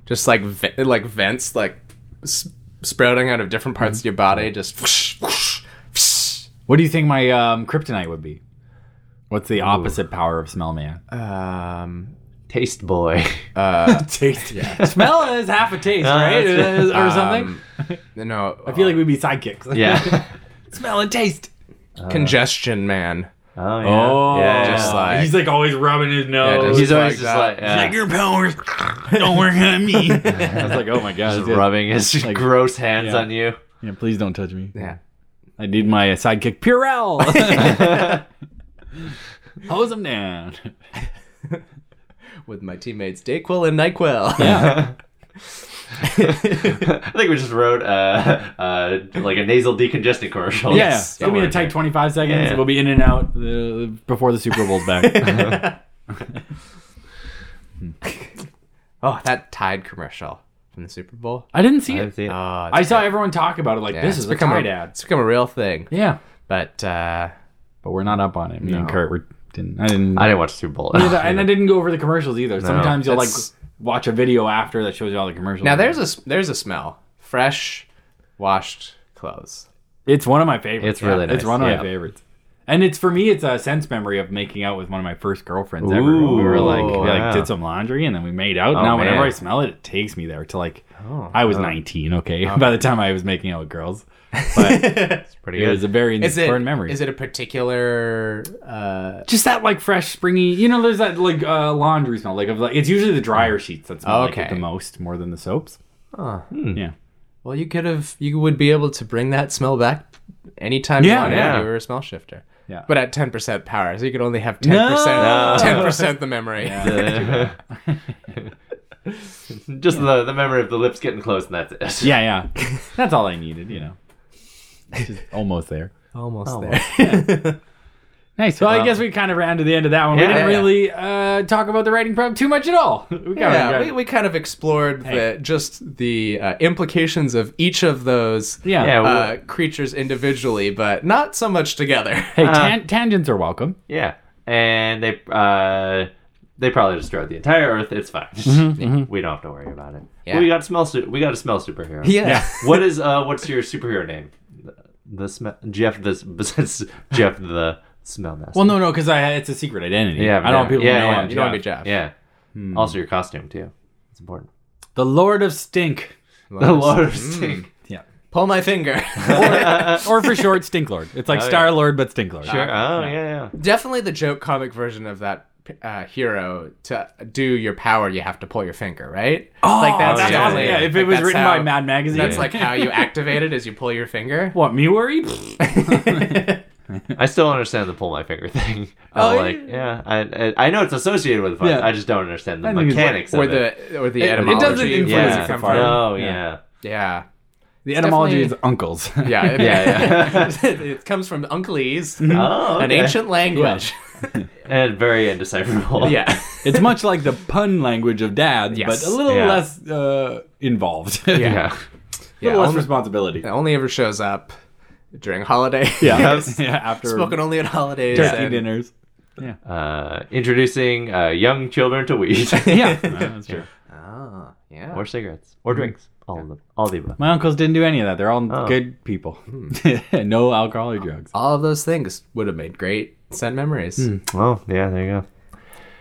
[SPEAKER 3] Just like ve- like vents like s- sprouting out of different parts of
[SPEAKER 1] Mm-hmm.
[SPEAKER 3] your body. Just whoosh, whoosh, whoosh.
[SPEAKER 1] What do you think my um, kryptonite would be? What's the opposite power of Smell Man?
[SPEAKER 3] *laughs* um. uh,
[SPEAKER 2] Taste boy.
[SPEAKER 1] *laughs* taste. Smell is half a taste,
[SPEAKER 2] Uh,
[SPEAKER 1] right?
[SPEAKER 2] that's-
[SPEAKER 1] *laughs* Or something.
[SPEAKER 3] um, no,
[SPEAKER 1] *laughs* I feel like we'd be sidekicks. *laughs*
[SPEAKER 2] *laughs* *laughs* yeah.
[SPEAKER 1] Smell and taste.
[SPEAKER 3] uh, congestion man.
[SPEAKER 2] Oh yeah.
[SPEAKER 1] Oh,
[SPEAKER 2] yeah.
[SPEAKER 3] just like-
[SPEAKER 1] he's like always rubbing his nose.
[SPEAKER 3] just-
[SPEAKER 2] he's always
[SPEAKER 3] like
[SPEAKER 2] just
[SPEAKER 3] that.
[SPEAKER 2] like,
[SPEAKER 1] He's like
[SPEAKER 2] yeah,
[SPEAKER 1] your powers don't work on me. *laughs* I was like, oh my god,
[SPEAKER 2] just rubbing *laughs* his
[SPEAKER 1] Like-
[SPEAKER 2] gross hands
[SPEAKER 1] yeah.
[SPEAKER 2] on you.
[SPEAKER 1] Yeah, please don't touch me.
[SPEAKER 3] Yeah.
[SPEAKER 1] I need my sidekick
[SPEAKER 2] *laughs*
[SPEAKER 1] Purell. Hose him down.
[SPEAKER 3] With my teammates Dayquil and Nyquil.
[SPEAKER 1] Yeah.
[SPEAKER 2] *laughs* I think we just wrote uh, uh, like a nasal decongestant commercial.
[SPEAKER 1] Yeah,
[SPEAKER 3] Yes.
[SPEAKER 1] give me a tight 25 seconds.
[SPEAKER 2] Yeah.
[SPEAKER 1] We'll be in and out uh, before the Super Bowl's back.
[SPEAKER 3] *laughs* Oh, that Tide commercial from the Super Bowl.
[SPEAKER 1] I didn't see
[SPEAKER 2] I
[SPEAKER 1] it.
[SPEAKER 2] haven't seen it.
[SPEAKER 3] Oh,
[SPEAKER 1] I saw everyone talk about it like this is a
[SPEAKER 3] become
[SPEAKER 1] Tide
[SPEAKER 3] a,
[SPEAKER 1] ad.
[SPEAKER 3] It's become a real thing.
[SPEAKER 1] Yeah,
[SPEAKER 3] But uh,
[SPEAKER 1] but we're not up on it. Me and Kurt were, didn't. I didn't.
[SPEAKER 2] I didn't watch Super Bowl.
[SPEAKER 3] *laughs*
[SPEAKER 2] *laughs*
[SPEAKER 1] Neither- and I didn't go over the commercials either. Sometimes you'll like
[SPEAKER 3] that's-
[SPEAKER 1] watch a video after that shows you all the commercials.
[SPEAKER 3] Now there's a there's a smell. Fresh washed clothes.
[SPEAKER 1] it's one of my favorites.
[SPEAKER 2] It's really
[SPEAKER 1] It's
[SPEAKER 2] nice,
[SPEAKER 1] one of
[SPEAKER 2] yeah.
[SPEAKER 1] my favorites. And it's for me, it's a sense memory of making out with one of my first girlfriends ever. when we were like,
[SPEAKER 2] Ooh,
[SPEAKER 1] we like
[SPEAKER 2] wow.
[SPEAKER 1] did some laundry and then we made out.
[SPEAKER 2] Oh,
[SPEAKER 1] now, whenever
[SPEAKER 2] man.
[SPEAKER 1] I smell it, it takes me there to like,
[SPEAKER 2] Oh,
[SPEAKER 1] I was 19, okay, *laughs* by the time I was making out with girls. But
[SPEAKER 2] It's pretty
[SPEAKER 1] it was
[SPEAKER 2] good.
[SPEAKER 1] a very
[SPEAKER 3] Is it
[SPEAKER 1] burn memory.
[SPEAKER 3] Is it a particular? Uh,
[SPEAKER 1] just that like fresh springy you know there's that like uh, laundry smell like of like it's usually the dryer sheets that smell like
[SPEAKER 3] Okay.
[SPEAKER 1] it the most more than the soaps yeah
[SPEAKER 3] well, you could have. You would be able to bring that smell back anytime you
[SPEAKER 1] Yeah,
[SPEAKER 3] wanted.
[SPEAKER 2] yeah.
[SPEAKER 3] You were a smell shifter.
[SPEAKER 1] Yeah.
[SPEAKER 3] But at ten percent power, so you could only have ten
[SPEAKER 1] No.
[SPEAKER 3] percent. Ten percent the memory.
[SPEAKER 2] *laughs* Just the, the memory of the lips getting close, and that's it.
[SPEAKER 1] *laughs* yeah yeah that's all i needed you know Just almost there
[SPEAKER 3] *laughs* Almost there.
[SPEAKER 1] *laughs* nice so i guess we kind of ran to the end of that one we
[SPEAKER 2] Yeah,
[SPEAKER 1] didn't
[SPEAKER 3] yeah, yeah.
[SPEAKER 1] really uh, talk about the writing program too much at all *laughs* we got
[SPEAKER 3] *laughs* Yeah, we, we kind of explored the, just the uh, implications of each of those
[SPEAKER 1] yeah.
[SPEAKER 2] Yeah, we-
[SPEAKER 3] uh, creatures individually, but not so much together.
[SPEAKER 1] hey tan- tangents are welcome
[SPEAKER 2] Yeah, and they uh, they probably destroyed the entire Earth. It's fine.
[SPEAKER 1] Mm-hmm,
[SPEAKER 2] We don't have to worry about it.
[SPEAKER 3] Yeah.
[SPEAKER 2] We got smell. Su- we got a smell superhero.
[SPEAKER 1] Yeah.
[SPEAKER 2] what is uh? What's your superhero name? The smell. Jeff the *laughs* besides Jeff the smell master.
[SPEAKER 1] well no no because it's a secret identity
[SPEAKER 2] Yeah,
[SPEAKER 1] i don't want
[SPEAKER 2] yeah,
[SPEAKER 1] people
[SPEAKER 2] yeah,
[SPEAKER 1] to know
[SPEAKER 2] yeah.
[SPEAKER 1] I'm
[SPEAKER 3] *laughs* You don't want to
[SPEAKER 1] Jeff.
[SPEAKER 3] be Jeff. Hmm.
[SPEAKER 2] yeah. Also your costume too. It's important.
[SPEAKER 1] the lord of stink
[SPEAKER 2] The *laughs* Lord of
[SPEAKER 3] Hmm.
[SPEAKER 2] Stink.
[SPEAKER 1] yeah
[SPEAKER 3] Pull my finger. *laughs*
[SPEAKER 1] or for short stink lord it's like
[SPEAKER 2] yeah.
[SPEAKER 1] star lord but stink lord
[SPEAKER 2] Sure. Oh yeah. yeah.
[SPEAKER 3] Definitely the joke comic version of that uh, hero. To do your power, you have to pull your finger, right?
[SPEAKER 1] Oh,
[SPEAKER 2] that's
[SPEAKER 3] definitely-
[SPEAKER 2] awesome. Yeah,
[SPEAKER 1] if it
[SPEAKER 3] like,
[SPEAKER 1] was
[SPEAKER 3] that's
[SPEAKER 1] written
[SPEAKER 3] how-
[SPEAKER 1] by Mad Magazine,
[SPEAKER 3] That's like how you activate it as you pull
[SPEAKER 1] *laughs*
[SPEAKER 3] your finger.
[SPEAKER 1] what me worry?
[SPEAKER 2] I still don't understand the pull my finger *laughs* thing.
[SPEAKER 3] Oh,
[SPEAKER 2] Oh,
[SPEAKER 3] yeah.
[SPEAKER 2] like yeah. I, I I know it's associated with fun.
[SPEAKER 1] Yeah.
[SPEAKER 2] I just don't understand the
[SPEAKER 1] I think it's like-
[SPEAKER 2] mechanics
[SPEAKER 3] Or
[SPEAKER 2] of it.
[SPEAKER 3] the or the
[SPEAKER 1] It- it doesn't
[SPEAKER 3] etymology.
[SPEAKER 1] influence
[SPEAKER 3] where does
[SPEAKER 1] it
[SPEAKER 2] yeah.
[SPEAKER 1] come
[SPEAKER 3] from?
[SPEAKER 2] Oh
[SPEAKER 1] Yeah.
[SPEAKER 2] yeah.
[SPEAKER 3] Yeah.
[SPEAKER 1] The etymology
[SPEAKER 3] definitely-
[SPEAKER 1] is uncles. *laughs*
[SPEAKER 3] Yeah. it- *laughs*
[SPEAKER 2] Yeah,
[SPEAKER 3] it comes from Uncleese,
[SPEAKER 2] Oh,
[SPEAKER 3] an
[SPEAKER 2] okay.
[SPEAKER 1] *laughs*
[SPEAKER 3] ancient language.
[SPEAKER 2] and very indecipherable.
[SPEAKER 3] Yeah.
[SPEAKER 1] it's much like the pun language of dads,
[SPEAKER 3] Yes.
[SPEAKER 1] but a little
[SPEAKER 2] Yeah.
[SPEAKER 1] less uh, involved. *laughs*
[SPEAKER 3] Yeah.
[SPEAKER 1] a
[SPEAKER 2] *laughs* Yeah.
[SPEAKER 1] little
[SPEAKER 3] *laughs* Yeah,
[SPEAKER 1] less
[SPEAKER 3] only-
[SPEAKER 1] responsibility.
[SPEAKER 3] It only ever shows up during holiday.
[SPEAKER 1] *laughs* Yeah, yeah. After
[SPEAKER 3] *laughs* Spoken only at holidays.
[SPEAKER 1] turkey
[SPEAKER 3] and-
[SPEAKER 2] *laughs*
[SPEAKER 1] dinners.
[SPEAKER 2] Uh, introducing uh, young children to weed
[SPEAKER 1] Yeah, no, that's true.
[SPEAKER 3] Ah, yeah.
[SPEAKER 2] or cigarettes or drinks. All of them. All of the above.
[SPEAKER 1] My uncles didn't do any of that. They're all
[SPEAKER 2] Oh. Hmm.
[SPEAKER 1] good people. *laughs* no alcohol or drugs.
[SPEAKER 3] all of those things would have made great sent memories.
[SPEAKER 1] Hmm.
[SPEAKER 2] Well, yeah. There you go.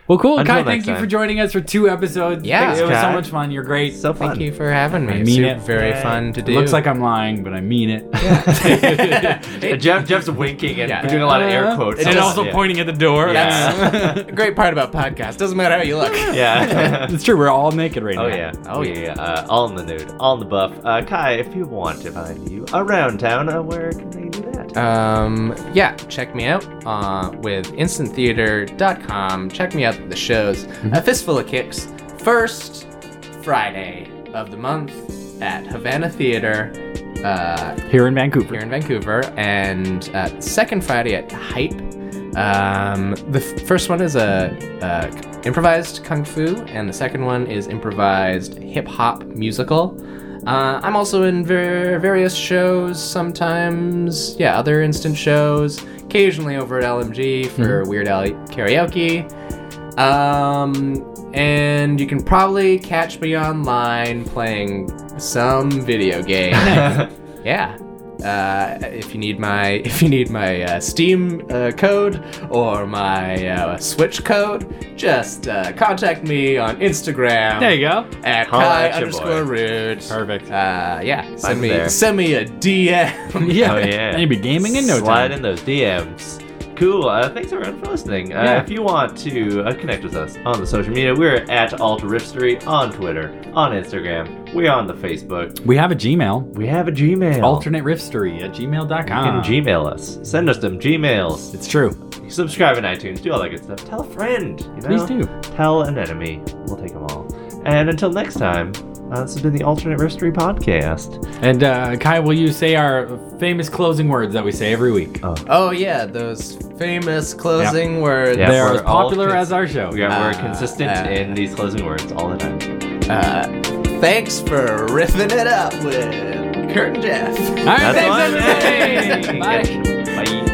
[SPEAKER 1] Well, cool,
[SPEAKER 2] Until
[SPEAKER 1] Kai.
[SPEAKER 2] next
[SPEAKER 1] Thank you
[SPEAKER 2] time.
[SPEAKER 1] for joining us for two episodes.
[SPEAKER 3] Yeah.
[SPEAKER 1] Thanks, it was so
[SPEAKER 2] Kai.
[SPEAKER 1] much fun. You're great.
[SPEAKER 2] So fun.
[SPEAKER 3] Thank you for having me.
[SPEAKER 1] I
[SPEAKER 3] It's
[SPEAKER 1] mean
[SPEAKER 3] super-
[SPEAKER 1] it.
[SPEAKER 3] Very fun to do.
[SPEAKER 1] Looks like I'm lying, but I mean it.
[SPEAKER 2] And Jeff Jeff's winking and
[SPEAKER 3] Yeah.
[SPEAKER 2] doing a lot of air quotes.
[SPEAKER 1] And
[SPEAKER 2] Yeah.
[SPEAKER 1] also
[SPEAKER 2] yeah.
[SPEAKER 1] pointing at the door.
[SPEAKER 3] that's a *laughs* great part about podcasts. Doesn't matter how
[SPEAKER 1] *laughs*
[SPEAKER 3] you look.
[SPEAKER 2] Yeah.
[SPEAKER 1] *laughs* It's true. We're all naked right
[SPEAKER 2] Oh
[SPEAKER 1] now.
[SPEAKER 2] yeah,
[SPEAKER 3] Oh,
[SPEAKER 2] oh
[SPEAKER 3] yeah.
[SPEAKER 2] yeah, yeah. Uh, all in the nude, all in the buff. Uh, Kai, if you want to find you around town, uh, where can they do that?
[SPEAKER 3] Um, yeah, check me out uh, with instanttheater.com. Check me out at the shows.
[SPEAKER 1] Mm-hmm.
[SPEAKER 3] A Fistful of Kicks, first Friday of the month at Havana Theater uh,
[SPEAKER 1] Here in Vancouver.
[SPEAKER 3] here in Vancouver, and uh, second Friday at Hype. Um, the f- first one is a, a improvised kung fu, and the second one is improvised hip hop musical. Uh, I'm also in ver- various shows sometimes, yeah, other instant shows, occasionally over at LMG for Weird Al karaoke. Um, and you can probably catch me online playing some video game. yeah. Uh, if you need my *laughs* if you need my uh, Steam uh, code or my uh, Switch code, just uh, contact me on Instagram
[SPEAKER 1] There you go. *laughs*
[SPEAKER 3] at
[SPEAKER 2] Holla
[SPEAKER 3] Kai
[SPEAKER 2] at your boy.
[SPEAKER 3] underscore rude.
[SPEAKER 1] Perfect.
[SPEAKER 3] Uh, yeah, send
[SPEAKER 2] I'm
[SPEAKER 3] me
[SPEAKER 2] there.
[SPEAKER 3] send me a
[SPEAKER 1] *laughs*
[SPEAKER 3] DM.
[SPEAKER 1] yeah.
[SPEAKER 2] Oh, *laughs* yeah.
[SPEAKER 1] And you'd be gaming in no
[SPEAKER 2] Slide
[SPEAKER 1] time.
[SPEAKER 2] in those DMs. Cool. Uh, thanks everyone for listening. Uh,
[SPEAKER 1] Yeah.
[SPEAKER 2] If you want to uh, connect with us on the social media, we're at Alt Rifstery on Twitter, on Instagram, we're on the Facebook.
[SPEAKER 1] We have a Gmail.
[SPEAKER 2] We have a Gmail.
[SPEAKER 1] Alternate riffstory at
[SPEAKER 2] You can
[SPEAKER 1] gmail.com.
[SPEAKER 2] Gmail us. Send us them Gmails.
[SPEAKER 1] it's true.
[SPEAKER 2] Subscribe in iTunes. Do all that good stuff. Tell a friend. You
[SPEAKER 1] Please
[SPEAKER 2] know?
[SPEAKER 1] do.
[SPEAKER 2] Tell an enemy. We'll take them all. And until next time, uh, this has been the Alternate Rifstery podcast.
[SPEAKER 1] And uh, Kai, will you say our famous closing words that we say every week?
[SPEAKER 3] oh yeah, those famous closing words.
[SPEAKER 2] Yeah,
[SPEAKER 1] They're
[SPEAKER 2] we're
[SPEAKER 1] as popular
[SPEAKER 2] all cons-
[SPEAKER 1] as our show.
[SPEAKER 2] We are, we're
[SPEAKER 3] Uh,
[SPEAKER 2] consistent
[SPEAKER 3] uh,
[SPEAKER 2] in these closing words all the time.
[SPEAKER 3] Uh, thanks for riffing it up with Kurt and Jeff.
[SPEAKER 1] All right,
[SPEAKER 2] That's
[SPEAKER 1] thanks,
[SPEAKER 2] fine.
[SPEAKER 1] everybody. Bye.
[SPEAKER 2] Bye. Bye.